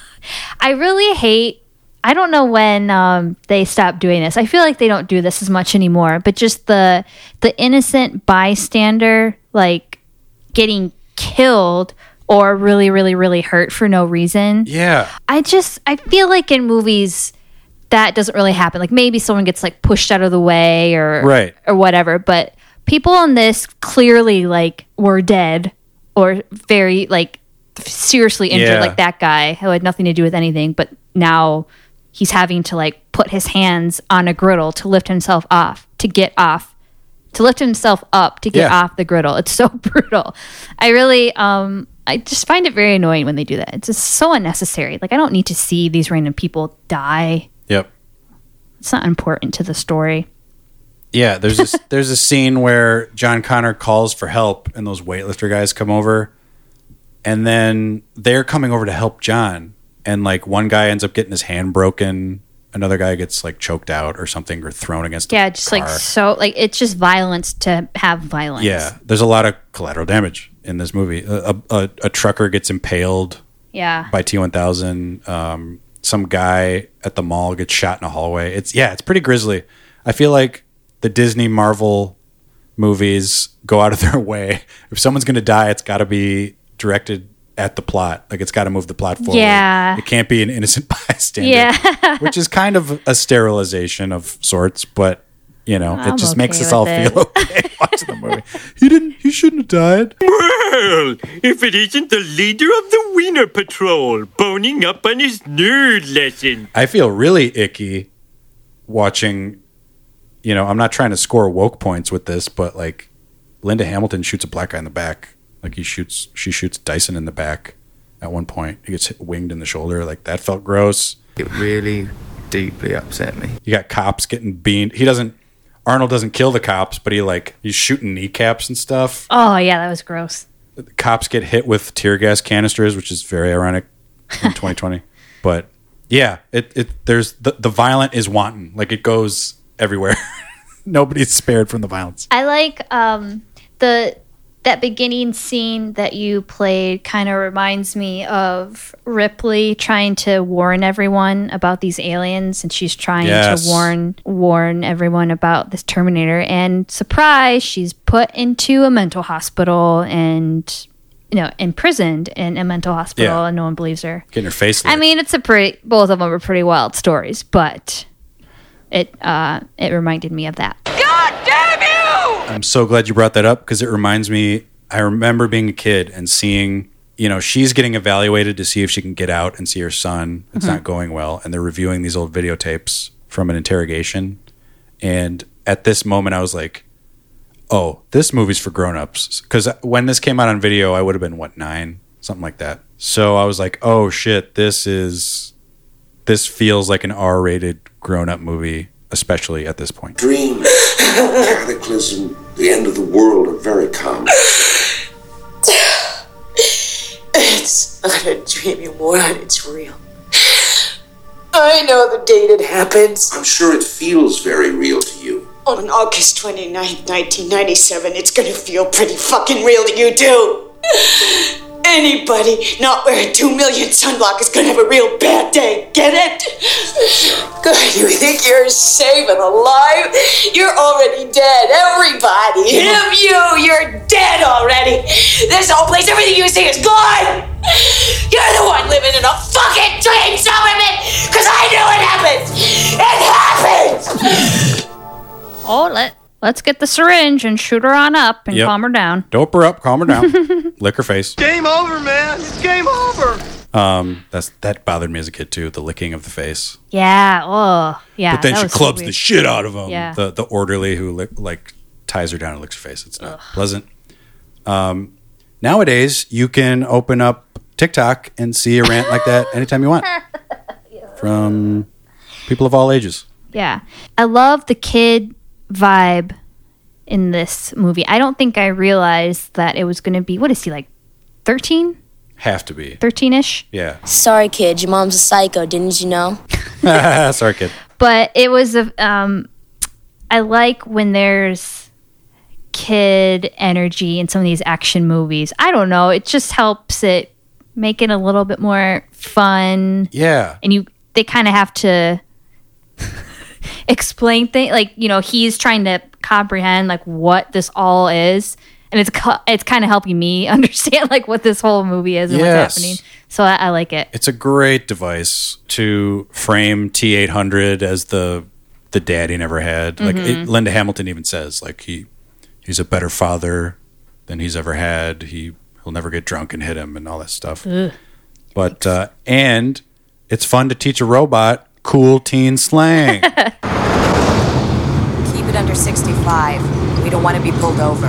Speaker 2: I really hate. I don't know when um, they stopped doing this. I feel like they don't do this as much anymore. But just the the innocent bystander like getting killed or really really really hurt for no reason.
Speaker 1: Yeah.
Speaker 2: I just I feel like in movies that doesn't really happen. Like maybe someone gets like pushed out of the way or
Speaker 1: Right.
Speaker 2: or whatever, but people in this clearly like were dead or very like seriously injured
Speaker 23: Yeah.
Speaker 2: like that guy who had nothing to do with anything, but now he's having to like put his hands on a griddle to lift himself off, to get off, to lift himself up to get
Speaker 1: Yeah.
Speaker 2: off the griddle. It's so brutal. I really um I just find it very annoying when they do that. It's just so unnecessary. Like I don't need to see these random people die.
Speaker 1: Yep.
Speaker 2: It's not important to the story.
Speaker 1: Yeah, there's this, there's a scene where John Connor calls for help, and those weightlifter guys come over, and then they're coming over to help John, and like one guy ends up getting his hand broken, another guy gets like choked out or something or thrown against. a
Speaker 2: Yeah, just like
Speaker 1: car.
Speaker 2: so like it's just violence to have violence.
Speaker 1: yeah. There's a lot of collateral damage in this movie. A, a, a, a trucker gets impaled
Speaker 2: Yeah.
Speaker 1: by T1000. Um, some guy at the mall gets shot in a hallway. It's yeah, it's pretty grisly. I feel like the Disney Marvel movies go out of their way. If someone's going to die, it's got to be directed at the plot. Like it's got to move the plot forward.
Speaker 2: Yeah.
Speaker 1: It can't be an innocent bystander.
Speaker 2: Yeah.
Speaker 1: Which is kind of a sterilization of sorts, but you know,
Speaker 2: I'm
Speaker 1: it just makes
Speaker 2: okay
Speaker 1: us all
Speaker 2: with it.
Speaker 1: feel okay watching the movie. He didn't he shouldn't have died.
Speaker 24: Well, if it isn't the leader of the Wiener Patrol boning up on his nerd lesson.
Speaker 1: I feel really icky watching you know, I'm not trying to score woke points with this, but like Linda Hamilton shoots a black guy in the back. Like he shoots, she shoots Dyson in the back at one point. He gets hit, winged in the shoulder. Like that felt gross.
Speaker 7: It really deeply upset me.
Speaker 1: You got cops getting beamed. He doesn't, Arnold doesn't kill the cops, but he like, he's shooting kneecaps and stuff.
Speaker 2: Oh yeah, that was gross.
Speaker 1: Cops get hit with tear gas canisters, which is very ironic in 2020. But yeah, it, it, there's the, the violent is wanton. Like it goes everywhere. Nobody's spared from the violence.
Speaker 2: I like um, the that beginning scene that you played. Kind of reminds me of Ripley trying to warn everyone about these aliens, and she's trying
Speaker 1: Yes.
Speaker 2: to warn warn everyone about this Terminator. And surprise, she's put into a mental hospital and you know imprisoned in a mental hospital,
Speaker 1: Yeah.
Speaker 2: and no one believes her.
Speaker 1: Getting her face.
Speaker 2: I mean, it's a pretty. Both of them were pretty wild stories, but it uh, it reminded me of that.
Speaker 1: I'm so glad you brought that up because it reminds me. I remember being a kid and seeing, you know, she's getting evaluated to see if she can get out and see her son. It's
Speaker 9: Mhm.
Speaker 1: not going well. And they're reviewing these old videotapes from an interrogation. And at this moment, I was like, oh, this movie's for grown-ups. Because when this came out on video, I would have been, what, nine? Something like that. So I was like, oh, shit, this is, this feels like an R-rated grown-up movie, especially at this point.
Speaker 5: Dreams, cataclysm, the end of the world are very common.
Speaker 22: It's not a dream anymore, it's real. I know the date it happens.
Speaker 5: I'm sure it feels very real to you.
Speaker 22: On August 29th, 1997, it's gonna feel pretty fucking real to you too. Anybody not wearing two million sunblock is gonna have a real bad day. Get it? God, you think you're safe and alive? You're already dead. Everybody, him, you, you're dead already. This whole place, everything you see is gone. You're the one living in a fucking dream, Silverman, because I know it happens. It happens.
Speaker 2: Oh, let let's get the syringe and shoot her on up and
Speaker 1: Yep.
Speaker 2: calm her down.
Speaker 1: Dope her up, calm her down, lick her face.
Speaker 22: Game over, man. It's game over.
Speaker 1: Um, that's that bothered me as a kid too. The licking of the face,
Speaker 2: Yeah. Oh, yeah.
Speaker 1: but then
Speaker 2: that
Speaker 1: she
Speaker 2: was so
Speaker 1: clubs the
Speaker 2: weird.
Speaker 1: shit out of him.
Speaker 2: Yeah.
Speaker 1: The the orderly who lick, like ties her down and licks her face. It's not pleasant. Um, nowadays you can open up TikTok and see a rant like that anytime you want from people of all ages.
Speaker 2: yeah. I love the kid vibe in this movie. I don't think I realized that it was going to be. What is he like? 13?
Speaker 1: Have to be,
Speaker 2: 13 ish.
Speaker 1: yeah.
Speaker 10: Sorry, kid. Your mom's a psycho. Didn't you know?
Speaker 1: Sorry, kid.
Speaker 2: but it was a um i like when there's kid energy in some of these action movies i don't know it just helps it make it a little bit more fun
Speaker 1: Yeah.
Speaker 2: and you they kind of have to explain things like you know he's trying to comprehend like what this all is and it's co- it's kind of helping me understand like what this whole movie is and
Speaker 1: Yes.
Speaker 2: what's happening so I, I like it
Speaker 1: It's a great device to frame T eight hundred as the the dad he never had. Like it,
Speaker 2: Mhm.
Speaker 1: Linda Hamilton even says, like he he's a better father than he's ever had. He he'll never get drunk and hit him and all that stuff.
Speaker 2: Ugh.
Speaker 1: But uh, and it's fun to teach a robot cool teen slang.
Speaker 23: Keep it under 65. We don't want to be pulled over.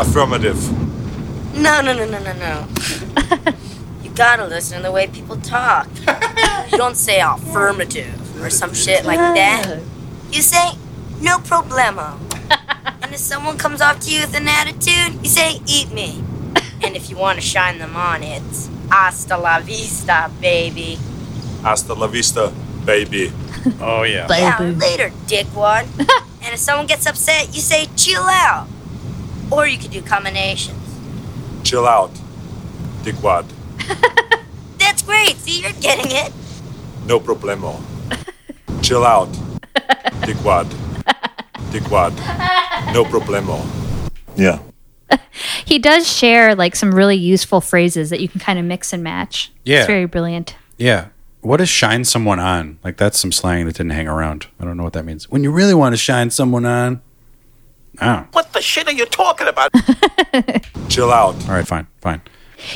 Speaker 19: Affirmative.
Speaker 10: No, no, no, no, no, no. you gotta listen to the way people talk. you don't say affirmative or some shit like that. You say no problemo. and if someone comes off to you with an attitude, you say eat me. and if you want to shine them on, it's hasta la vista, baby.
Speaker 19: Hasta la vista, baby.
Speaker 1: oh, yeah.
Speaker 10: Yeah, later, dickwad. and if someone gets upset, you say chill out. Or you eh? could do combinations.
Speaker 19: Chill out, dickwad.
Speaker 10: That's great. See, you're getting it.
Speaker 19: No problemo. Chill out, dickwad. Dickwad. No problemo. Yeah.
Speaker 2: he does share like some really useful phrases that you can kind of mix and match.
Speaker 1: Yeah.
Speaker 2: It's very brilliant.
Speaker 1: yeah. What is shine someone on? Like that's some slang that didn't hang around. I don't know what that means. When you really want to shine someone on, oh,
Speaker 23: What the shit are you talking about?
Speaker 19: chill out.
Speaker 1: All right, fine, fine.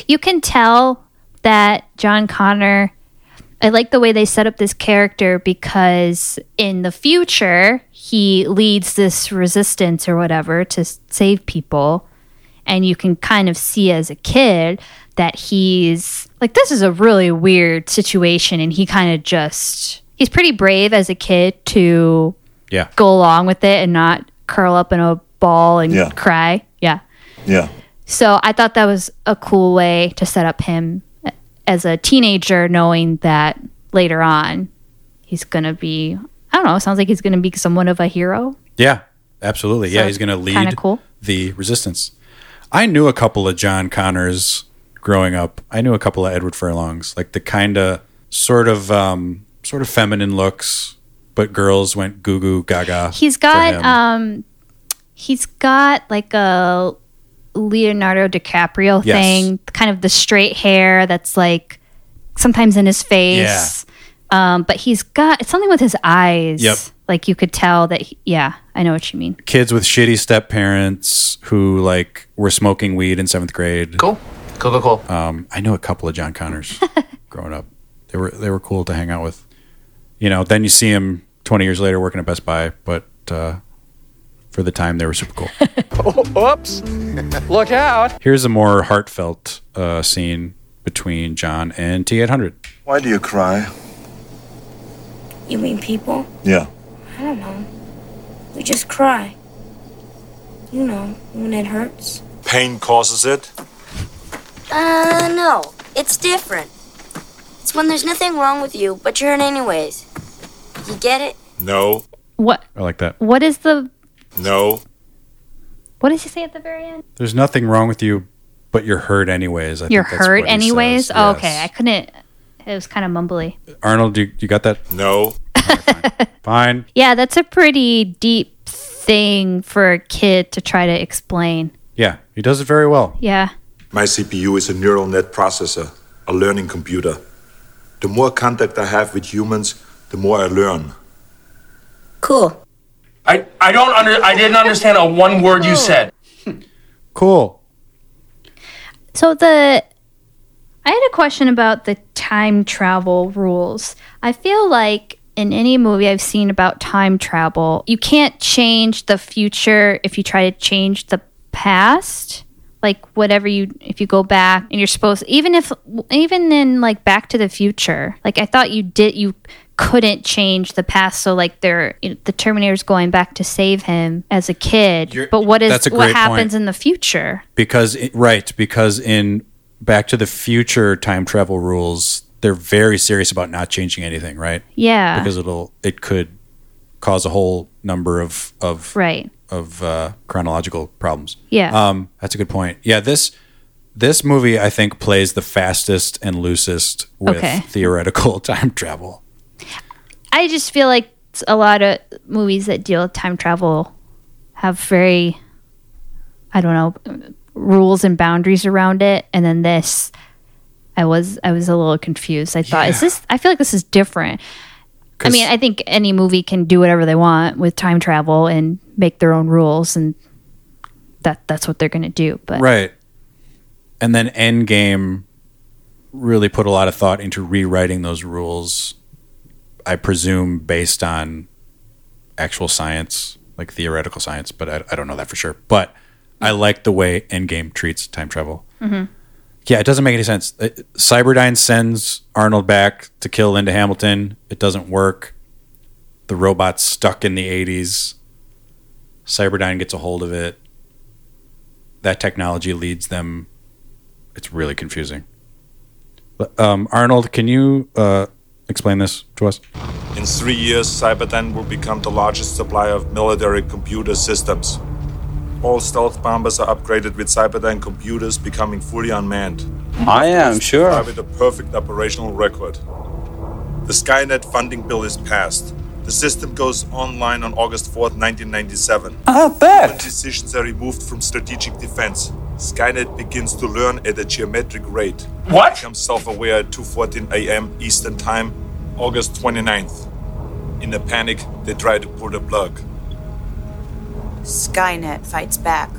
Speaker 2: You can tell that John Connor I like the way they set up this character because in the future, he leads this resistance or whatever to s- save people. And you can kind of see as a kid that he's like, this is a really weird situation. And he kind of just, he's pretty brave as a kid to
Speaker 1: Yeah.
Speaker 2: go along with it and not curl up in a ball and
Speaker 1: Yeah.
Speaker 2: cry. Yeah.
Speaker 1: Yeah.
Speaker 2: So I thought that was a cool way to set up him as a teenager, knowing that later on he's going to be, I don't know, it sounds like he's going to be somewhat of a hero.
Speaker 1: Yeah, absolutely. yeah,
Speaker 2: So
Speaker 1: he's going to
Speaker 2: kinda
Speaker 1: lead
Speaker 2: cool.
Speaker 1: the resistance. I knew a couple of John Connors growing up. I knew a couple of Edward Furlongs, like the kind of sort of um, sort of feminine looks, but girls went goo goo gaga.
Speaker 2: He's
Speaker 1: for
Speaker 2: got,
Speaker 1: him.
Speaker 2: um, he's got like a Leonardo DiCaprio
Speaker 1: Yes.
Speaker 2: thing, kind of the straight hair that's like sometimes in his face. Um, but he's got it's something with his eyes.
Speaker 1: Yep.
Speaker 2: Like you could tell that, he, yeah, I know what you mean.
Speaker 1: kids with shitty step parents who like were smoking weed in seventh grade. Cool, cool, cool, cool. Um, I knew a couple of John Connors growing up. They were they were cool to hang out with. You know, then you see him twenty years later working at Best Buy, but uh, for the time they were super cool.
Speaker 23: Oh, oops. Look out.
Speaker 1: Here's a more heartfelt uh, scene between John and T800.
Speaker 19: Why do you cry?
Speaker 8: You mean people?
Speaker 19: Yeah.
Speaker 8: I don't know. We just cry. You know, when it hurts.
Speaker 19: Pain causes it.
Speaker 8: Uh, no. It's different. It's when there's nothing wrong with you, but you're in anyways. You get it?
Speaker 19: No.
Speaker 2: What?
Speaker 1: I like that.
Speaker 2: What is the
Speaker 19: No.
Speaker 2: what does he say at the very end?
Speaker 1: There's nothing wrong with you, but you're hurt anyways. I
Speaker 2: You're
Speaker 1: think that's
Speaker 2: hurt
Speaker 1: what he
Speaker 2: anyways.
Speaker 1: says.
Speaker 2: Oh,
Speaker 1: Yes.
Speaker 2: okay, I couldn't. It was kind of mumbly.
Speaker 1: Arnold, you, you got that?
Speaker 19: No.
Speaker 1: Fine.
Speaker 2: Yeah, that's a pretty deep thing for a kid to try to explain.
Speaker 1: Yeah, he does it very well.
Speaker 2: Yeah,
Speaker 19: My CPU is a neural net processor, a learning computer. The more contact I have with humans, the more I learn.
Speaker 8: Cool.
Speaker 6: I, I don't under I didn't understand a one word you said.
Speaker 1: Cool.
Speaker 2: So the I had a question about the time travel rules. I feel like in any movie I've seen about time travel, you can't change the future if you try to change the past. Like whatever you if you go back and you're supposed even if even in like back to the future. Like I thought you did you couldn't change the past so like they're you know, the terminator's going back to save him as a kid.
Speaker 1: You're-
Speaker 2: but what is
Speaker 1: that's a
Speaker 2: what
Speaker 1: great
Speaker 2: happens
Speaker 1: point.
Speaker 2: in the future?
Speaker 1: Because it- right, because in Back to the Future time travel rules, they're very serious about not changing anything, right?
Speaker 2: Yeah.
Speaker 1: Because it'll it could cause a whole number of of
Speaker 2: Right.
Speaker 1: of uh, chronological problems.
Speaker 2: Yeah.
Speaker 1: Um, that's a good point. Yeah, this this movie I think plays the fastest and loosest with
Speaker 2: Okay.
Speaker 1: theoretical time travel.
Speaker 2: I just feel like s- a lot of movies that deal with time travel have very, I don't know, rules and boundaries around it. And then this, I was I was a little confused. I thought, is this? I feel like this is different. I
Speaker 1: 'Cause-
Speaker 2: mean, I think any movie can do whatever they want with time travel and make their own rules, and that that's what they're going to do. But
Speaker 1: Right. And then Endgame really put a lot of thought into rewriting those rules, I presume based on actual science, like theoretical science, but I, I don't know that for sure. But I like the way Endgame treats time travel.
Speaker 2: Mhm.
Speaker 1: Yeah, it doesn't make any sense. Uh, Cyberdyne sends Arnold back to kill Linda Hamilton. It doesn't work. The robot's stuck in the 80s. Cyberdyne gets a hold of it. That technology leads them. It's really confusing. But, Um, Arnold, can you uh, explain this to us?
Speaker 19: In three years, Cyberdyne will become the largest supplier of military computer systems. All stealth bombers are upgraded with Cyberdyne computers becoming fully unmanned.
Speaker 4: I am sure.
Speaker 19: With a perfect operational record. The Skynet funding bill is passed. The system goes online on August 4th, 1997.
Speaker 4: I
Speaker 19: When
Speaker 4: bet.
Speaker 19: decisions are removed from strategic defense, Skynet begins to learn at a geometric rate.
Speaker 6: What?
Speaker 19: Becomes self-aware at 2:14 a.m. Eastern Time, August 29th. In a panic, they try to pull the plug.
Speaker 23: Skynet fights back.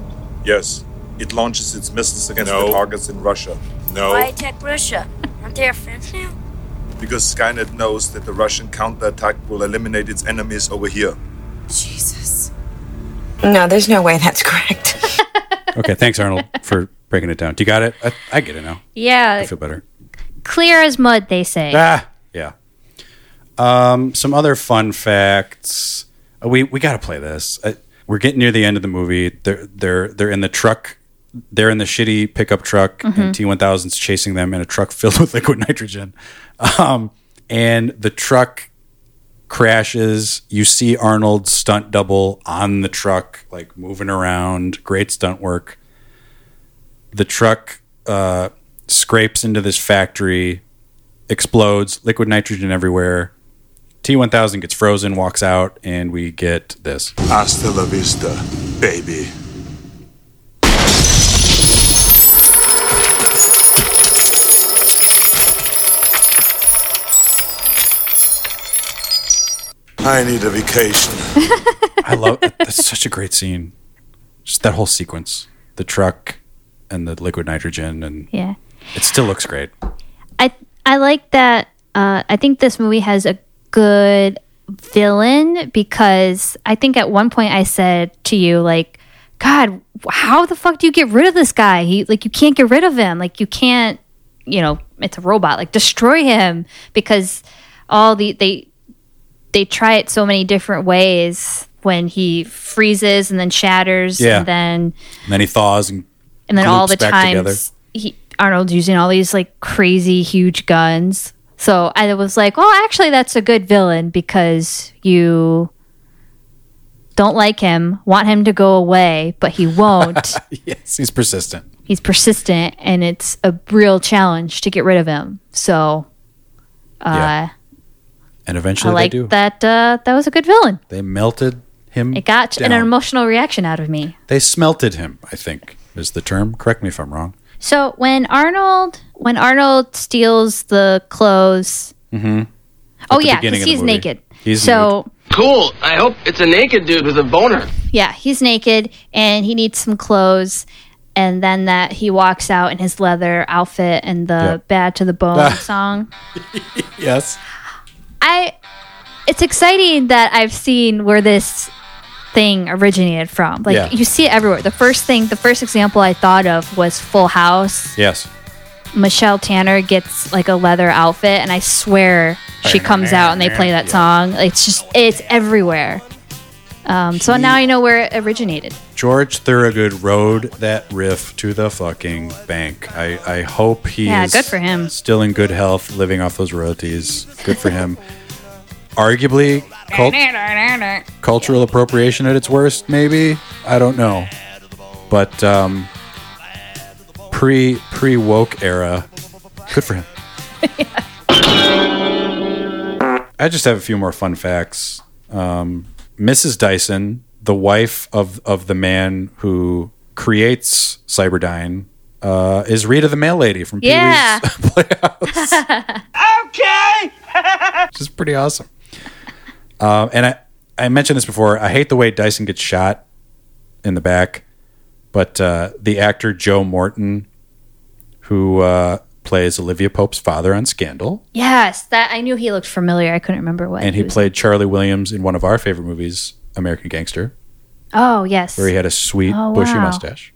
Speaker 19: Yes, it launches its missiles against the targets in Russia. No.
Speaker 8: Why attack Russia? Aren't they our friends now?
Speaker 19: because Skynet knows that the Russian counterattack will eliminate its enemies over here.
Speaker 10: Jesus. No, there's no way that's correct.
Speaker 1: Okay, thanks Arnold for breaking it down. Do you got it? I, I get it now.
Speaker 2: Yeah.
Speaker 1: I feel better.
Speaker 2: Clear as mud, they say.
Speaker 1: Ah, yeah. Um, some other fun facts. Uh, We we got to play this. Uh, we're getting near the end of the movie. They're they're they're in the truck. They're in the shitty pickup truck,
Speaker 2: Mhm.
Speaker 1: and T1000's chasing them in a truck filled with liquid nitrogen. Um, and the truck crashes. You see Arnold's stunt double on the truck, like moving around. Great stunt work. The truck uh, scrapes into this factory, explodes, liquid nitrogen everywhere. T1000 gets frozen, walks out, and we get this.
Speaker 19: Hasta la vista, baby. I need a vacation.
Speaker 1: I love that's such a great scene. Just that whole sequence. The truck and the liquid nitrogen and
Speaker 2: Yeah.
Speaker 1: it still looks great.
Speaker 2: I I like that. Uh, I think this movie has a good villain because I think at one point I said to you like, God, how the fuck do you get rid of this guy? He like you can't get rid of him. Like you can't, you know, it's a robot. Like destroy him because all the they they try it so many different ways when he freezes and then shatters
Speaker 1: Yeah.
Speaker 2: and then
Speaker 1: And then he thaws and
Speaker 2: and then all
Speaker 1: gloops
Speaker 2: the times he, Arnold's using all these like crazy huge guns. So I was like, well, actually, that's a good villain because you don't like him, want him to go away, but he won't.
Speaker 1: yes, he's persistent.
Speaker 2: He's persistent, and it's a real challenge to get rid of him. So uh,
Speaker 1: And
Speaker 2: I
Speaker 1: eventually
Speaker 2: like
Speaker 1: they do.
Speaker 2: that. Uh, that was a good villain.
Speaker 1: They melted him.
Speaker 2: It got
Speaker 1: down.
Speaker 2: an emotional reaction out of me.
Speaker 1: they smelted him, I think is the term. Correct me if I'm wrong.
Speaker 2: So when Arnold when Arnold steals the clothes
Speaker 1: Mm-hmm.
Speaker 2: Oh
Speaker 1: the
Speaker 2: yeah,
Speaker 1: beginning
Speaker 2: because
Speaker 1: of the
Speaker 2: he's
Speaker 1: movie.
Speaker 2: naked.
Speaker 1: He's
Speaker 2: so
Speaker 6: Cool. I hope it's a naked dude with a boner.
Speaker 2: yeah, he's naked and he needs some clothes, and then that he walks out in his leather outfit and the
Speaker 1: Yep.
Speaker 2: "Bad to the Bone"
Speaker 1: Ah.
Speaker 2: song.
Speaker 1: Yes.
Speaker 2: I, it's exciting that I've seen where this thing originated from. Like
Speaker 1: Yeah.
Speaker 2: you see it everywhere. The first thing, the first example I thought of was Full House.
Speaker 1: Yes.
Speaker 2: Michelle Tanner gets like a leather outfit, and I swear she comes out and they play that song. It's just it's everywhere. Um, so now I know where it originated.
Speaker 1: George Thorogood rode that riff to the fucking bank. I, I hope he
Speaker 2: Yeah,
Speaker 1: is
Speaker 2: good for him.
Speaker 1: still in good health, living off those royalties. Good for him. Arguably, cult- cultural appropriation at its worst, maybe. I don't know. But um, pre pre woke era, good for him. I just have a few more fun facts. Um, Mrs. Dyson, the wife of, of the man who creates Cyberdyne, uh, is Rita the Mail Lady from Pee
Speaker 2: Yeah.
Speaker 1: Wee's Playhouse. Which is pretty awesome. Um, and I, I mentioned this before. I hate the way Dyson gets shot in the back, but uh, the actor Joe Morton, who uh, plays Olivia Pope's father on Scandal,
Speaker 2: Yes, that I knew he looked familiar. I couldn't remember what.
Speaker 1: and he
Speaker 2: was-
Speaker 1: played Charlie Williams in one of our favorite movies, American Gangster,
Speaker 2: Oh yes.
Speaker 1: where he had a sweet
Speaker 2: Oh,
Speaker 1: bushy
Speaker 2: wow.
Speaker 1: mustache.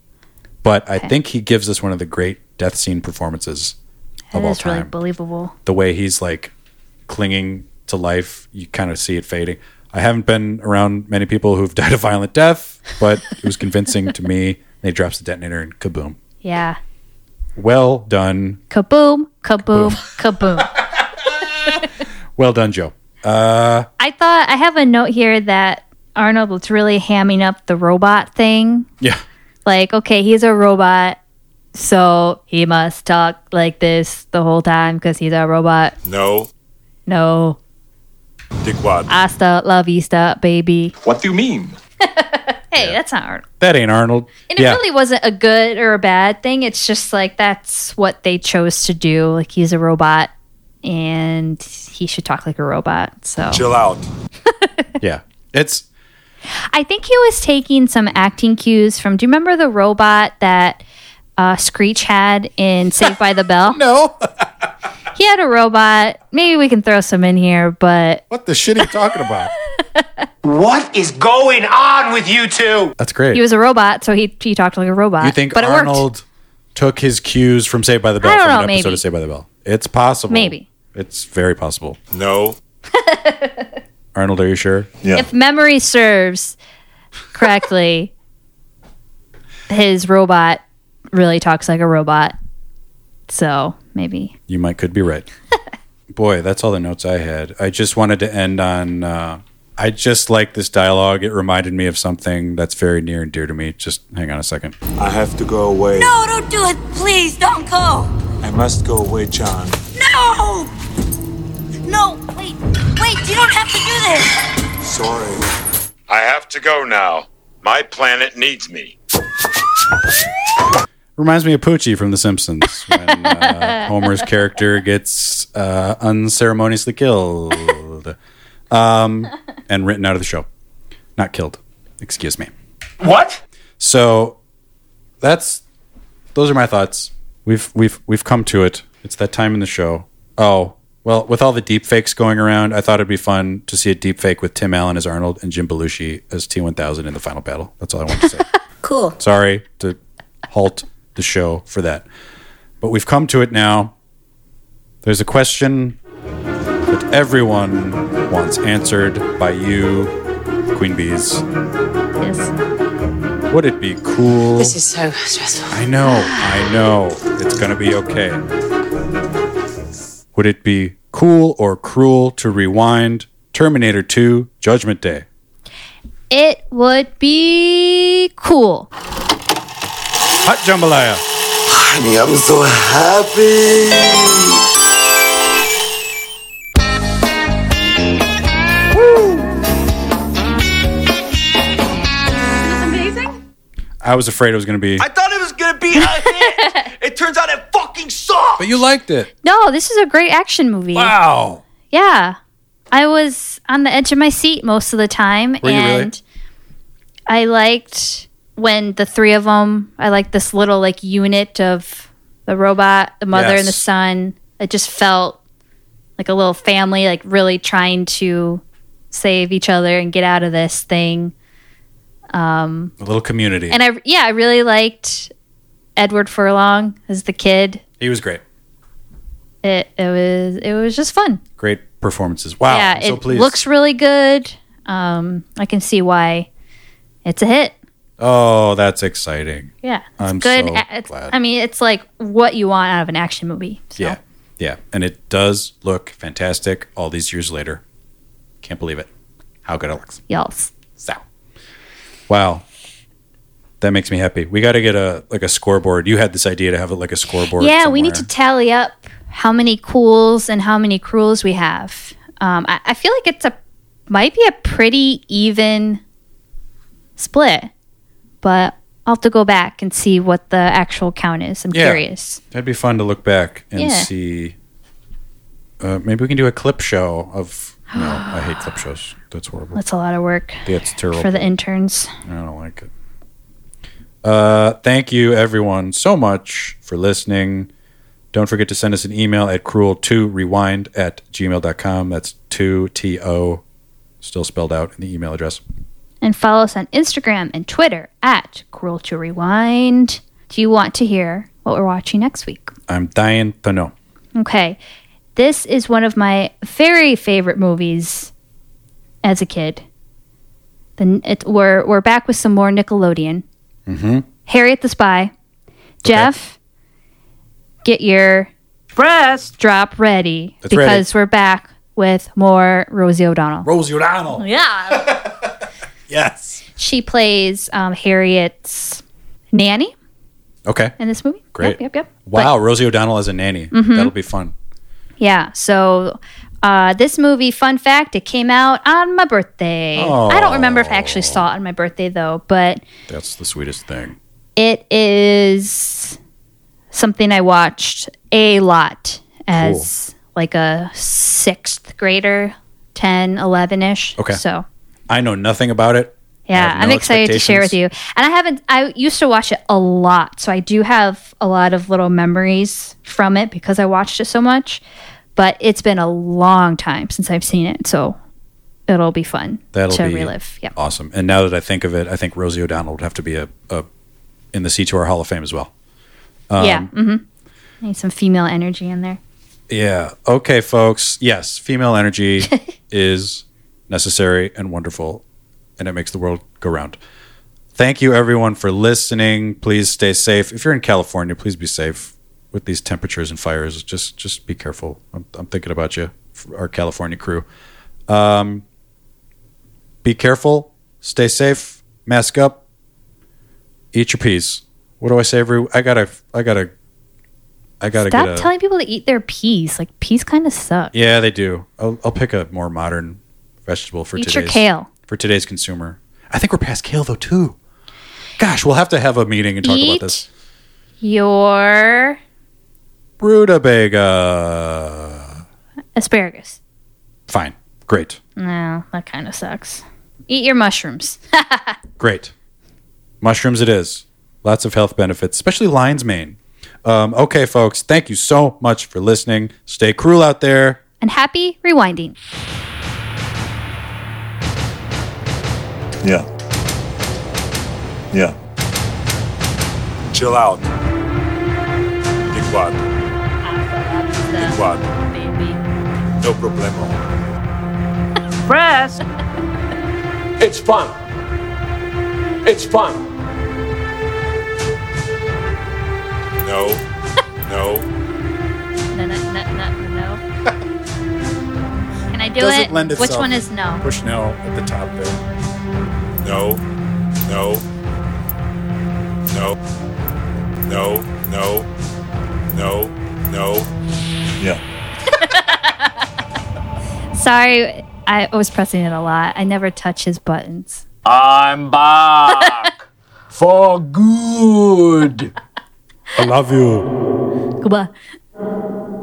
Speaker 1: But I
Speaker 2: Okay.
Speaker 1: think he gives us one of the great death scene performances
Speaker 2: That
Speaker 1: of all
Speaker 2: is really
Speaker 1: time.
Speaker 2: believable.
Speaker 1: the way he's like clinging to life, you kind of see it fading. I haven't been around many people who've died a violent death, but it was convincing to me. And he drops the detonator and kaboom.
Speaker 2: Yeah.
Speaker 1: Well done.
Speaker 2: Kaboom! Kaboom! Kaboom!
Speaker 1: Well done, Joe. Uh,
Speaker 2: I thought I have a note here that Arnold was really hamming up the robot thing.
Speaker 1: yeah.
Speaker 2: Like, okay, he's a robot, so he must talk like this the whole time because he's a robot.
Speaker 19: No,
Speaker 2: No,
Speaker 19: Dickwad.
Speaker 2: hasta la vista, baby.
Speaker 19: What do you mean?
Speaker 2: Hey, that's not Arnold.
Speaker 1: That ain't Arnold.
Speaker 2: And it really wasn't a good or a bad thing. It's just like that's what they chose to do. Like he's a robot and he should talk like a robot. So
Speaker 19: Chill out.
Speaker 1: yeah. It's
Speaker 2: I think he was taking some acting cues from do you remember the robot that uh, Screech had in Saved by the Bell?
Speaker 1: no.
Speaker 2: He had a robot. Maybe we can throw some in here, but
Speaker 3: What the shit are you talking about?
Speaker 6: What is going on with you two?
Speaker 1: That's great.
Speaker 2: he was a robot, so he he talked like a robot.
Speaker 1: you think
Speaker 2: but it
Speaker 1: Arnold took his cues from Saved by the Bell
Speaker 2: I don't
Speaker 1: from
Speaker 2: know,
Speaker 1: an episode
Speaker 2: maybe.
Speaker 1: of Saved by the Bell? It's possible.
Speaker 2: worked. Maybe.
Speaker 1: It's very possible.
Speaker 19: No.
Speaker 1: Arnold, are you sure? Yeah.
Speaker 2: If memory serves correctly, his robot really talks like a robot. So maybe.
Speaker 1: You might could be right. Boy, that's all the notes I had. I just wanted to end on. Uh, I just like this dialogue. It reminded me of something that's very near and dear to me. Just hang on a second.
Speaker 19: I have to go away.
Speaker 8: No, don't do it. Please, don't go.
Speaker 19: I must go away, John.
Speaker 8: No! No, wait. Wait, you don't have to do this.
Speaker 19: Sorry.
Speaker 9: I have to go now. My planet needs me.
Speaker 1: Reminds me of Poochie from The Simpsons when uh, Homer's character gets uh, unceremoniously killed um, and written out of the show. Not killed. Excuse me.
Speaker 6: What?
Speaker 1: So that's those are my thoughts. We've we've we've come to it. It's that time in the show. Oh well, with all the deep fakes going around, I thought it'd be fun to see a deep fake with Tim Allen as Arnold and Jim Belushi as T one thousand in the final battle. That's all I want to say.
Speaker 8: Cool.
Speaker 1: Sorry to halt the show for that, but we've come to it now. There's a question that everyone wants answered by you, Queen Bees. Would it be cool?
Speaker 22: This is so stressful.
Speaker 1: I know, I know. It's going to be okay. Would it be cool or cruel to rewind Terminator 2 Judgment Day?
Speaker 2: It would be cool.
Speaker 1: Hot jambalaya.
Speaker 5: Honey, I'm so happy.
Speaker 1: I was afraid it was going to be.
Speaker 11: I thought it was gonna be a hit. it turns out it fucking sucked.
Speaker 1: But you liked it.
Speaker 2: No, this is a great action movie.
Speaker 1: Wow.
Speaker 2: Yeah. I was on the edge of my seat most of the time
Speaker 1: Were you really?
Speaker 2: and I liked when the three of them I liked this little like unit of the robot, the mother and the
Speaker 1: Yes.
Speaker 2: son. It just felt like a little family like really trying to save each other and get out of this thing. Um
Speaker 1: A little community.
Speaker 2: and I yeah, I really liked Edward Furlong as the kid.
Speaker 1: he was great.
Speaker 2: It it was it was just fun.
Speaker 1: Great performances. Wow.
Speaker 2: Yeah,
Speaker 1: I'm so
Speaker 2: it
Speaker 1: pleased.
Speaker 2: looks really good. Um, I can see why it's a hit.
Speaker 1: oh, that's exciting.
Speaker 2: Yeah, it's
Speaker 1: I'm
Speaker 2: good.
Speaker 1: so
Speaker 2: A- it's,
Speaker 1: glad.
Speaker 2: I mean, it's like what you want out of an action movie.
Speaker 1: Yeah. Yeah. And it does look fantastic all these years later. Can't believe it. How good it looks.
Speaker 2: Yes.
Speaker 1: So. Wow. That makes me happy. We got to get a like a scoreboard. You had this idea to have it like a scoreboard.
Speaker 2: yeah, we need to
Speaker 1: somewhere.
Speaker 2: tally up how many cools and how many cruels we have. Um, I, I feel like it's a might be a pretty even split, but I'll have to go back and see what the actual count is. I'm
Speaker 1: Yeah.
Speaker 2: curious.
Speaker 1: That'd be fun to look back and
Speaker 2: Yeah.
Speaker 1: see. Uh, maybe we can do a clip show of. No, I hate clip shows. That's horrible.
Speaker 2: That's a lot of work
Speaker 1: That's terrible.
Speaker 2: for the interns.
Speaker 1: I don't like it. Uh, thank you, everyone, so much for listening. Don't forget to send us an email at cruel2rewind at gmail.com. That's 2TO, still spelled out in the email address.
Speaker 2: and follow us on Instagram and Twitter at Cruel to Rewind. Do you want to hear what we're watching next week?
Speaker 1: I'm dying to know.
Speaker 2: Okay. This is one of my very favorite movies as a kid. Then it, we're, we're back with some more Nickelodeon.
Speaker 1: Mm-hmm.
Speaker 2: Harriet the Spy. Jeff, get your press drop ready
Speaker 1: It's
Speaker 2: because we're back with more Rosie O'Donnell.
Speaker 1: Rosie O'Donnell.
Speaker 2: Oh, Yeah.
Speaker 1: Yes.
Speaker 2: She plays um, Harriet's nanny
Speaker 1: Okay.
Speaker 2: in this movie.
Speaker 1: Great.
Speaker 2: Yep, yep, yep.
Speaker 1: Wow, Rosie O'Donnell as a nanny.
Speaker 2: Mhm.
Speaker 1: That'll be fun.
Speaker 2: Yeah. So uh, this movie, fun fact, it came out on my birthday. I don't remember if I actually saw it on my birthday though, but
Speaker 1: That's the sweetest thing.
Speaker 2: it is something I watched a lot as like a sixth grader, 10, 11 ish.
Speaker 1: Okay.
Speaker 2: So
Speaker 1: I know nothing about it. I
Speaker 2: Yeah,
Speaker 1: have
Speaker 2: I'm
Speaker 1: no
Speaker 2: excited to share with you. And I haven't, I used to watch it a lot. So I do have a lot of little memories from it because I watched it so much. But it's been a long time since I've seen it. So it'll be fun
Speaker 1: That'll
Speaker 2: to
Speaker 1: be
Speaker 2: relive. Yeah.
Speaker 1: awesome. And now that I think of it, I think Rosie O'Donnell would have to be a, a in the C2R Hall of Fame as well. Um,
Speaker 2: yeah. hmm Need some female energy in there.
Speaker 1: Yeah. Okay, folks. Yes, female energy is necessary and wonderful, and it makes the world go round. Thank you, everyone, for listening. Please stay safe. If you're in California, please be safe with these temperatures and fires. Just, just be careful. I'm, I'm thinking about you, for our California crew. Um, be careful. Stay safe. Mask up. Eat your peas. What do I say every? I gotta. I gotta. I gotta
Speaker 2: Stop
Speaker 1: get a,
Speaker 2: telling people to eat their peas. Like, peas kind of suck.
Speaker 1: yeah, they do. I'll, I'll pick a more modern vegetable for
Speaker 2: Eat
Speaker 1: today's
Speaker 2: your kale.
Speaker 1: for today's consumer. I think we're past kale though too. Gosh, we'll have to have a meeting and talk
Speaker 2: Eat-
Speaker 1: about this.
Speaker 2: Your
Speaker 1: Rutabaga.
Speaker 2: asparagus.
Speaker 1: Fine. Great.
Speaker 2: No, that kind of sucks. Eat your mushrooms.
Speaker 1: Great. Mushrooms it is. Lots of health benefits, especially lion's mane. Um, okay, folks, thank you so much for listening. Stay cruel out there.
Speaker 2: and happy rewinding.
Speaker 19: Yeah. Yeah. Chill out. Dickwad. Dickwad. No problemo.
Speaker 23: Press.
Speaker 6: It's fun. It's fun.
Speaker 19: No. No.
Speaker 2: No, no, no, no, no. Can I do
Speaker 19: Doesn't
Speaker 2: it?
Speaker 19: lend
Speaker 2: Which
Speaker 19: itself.
Speaker 2: one is no?
Speaker 19: Push no at the top there. No. No. No. No. No. No. No. Yeah.
Speaker 2: Sorry, I was pressing it a lot. I never touch his buttons.
Speaker 24: I'm back for good.
Speaker 12: I love you.
Speaker 2: Goodbye.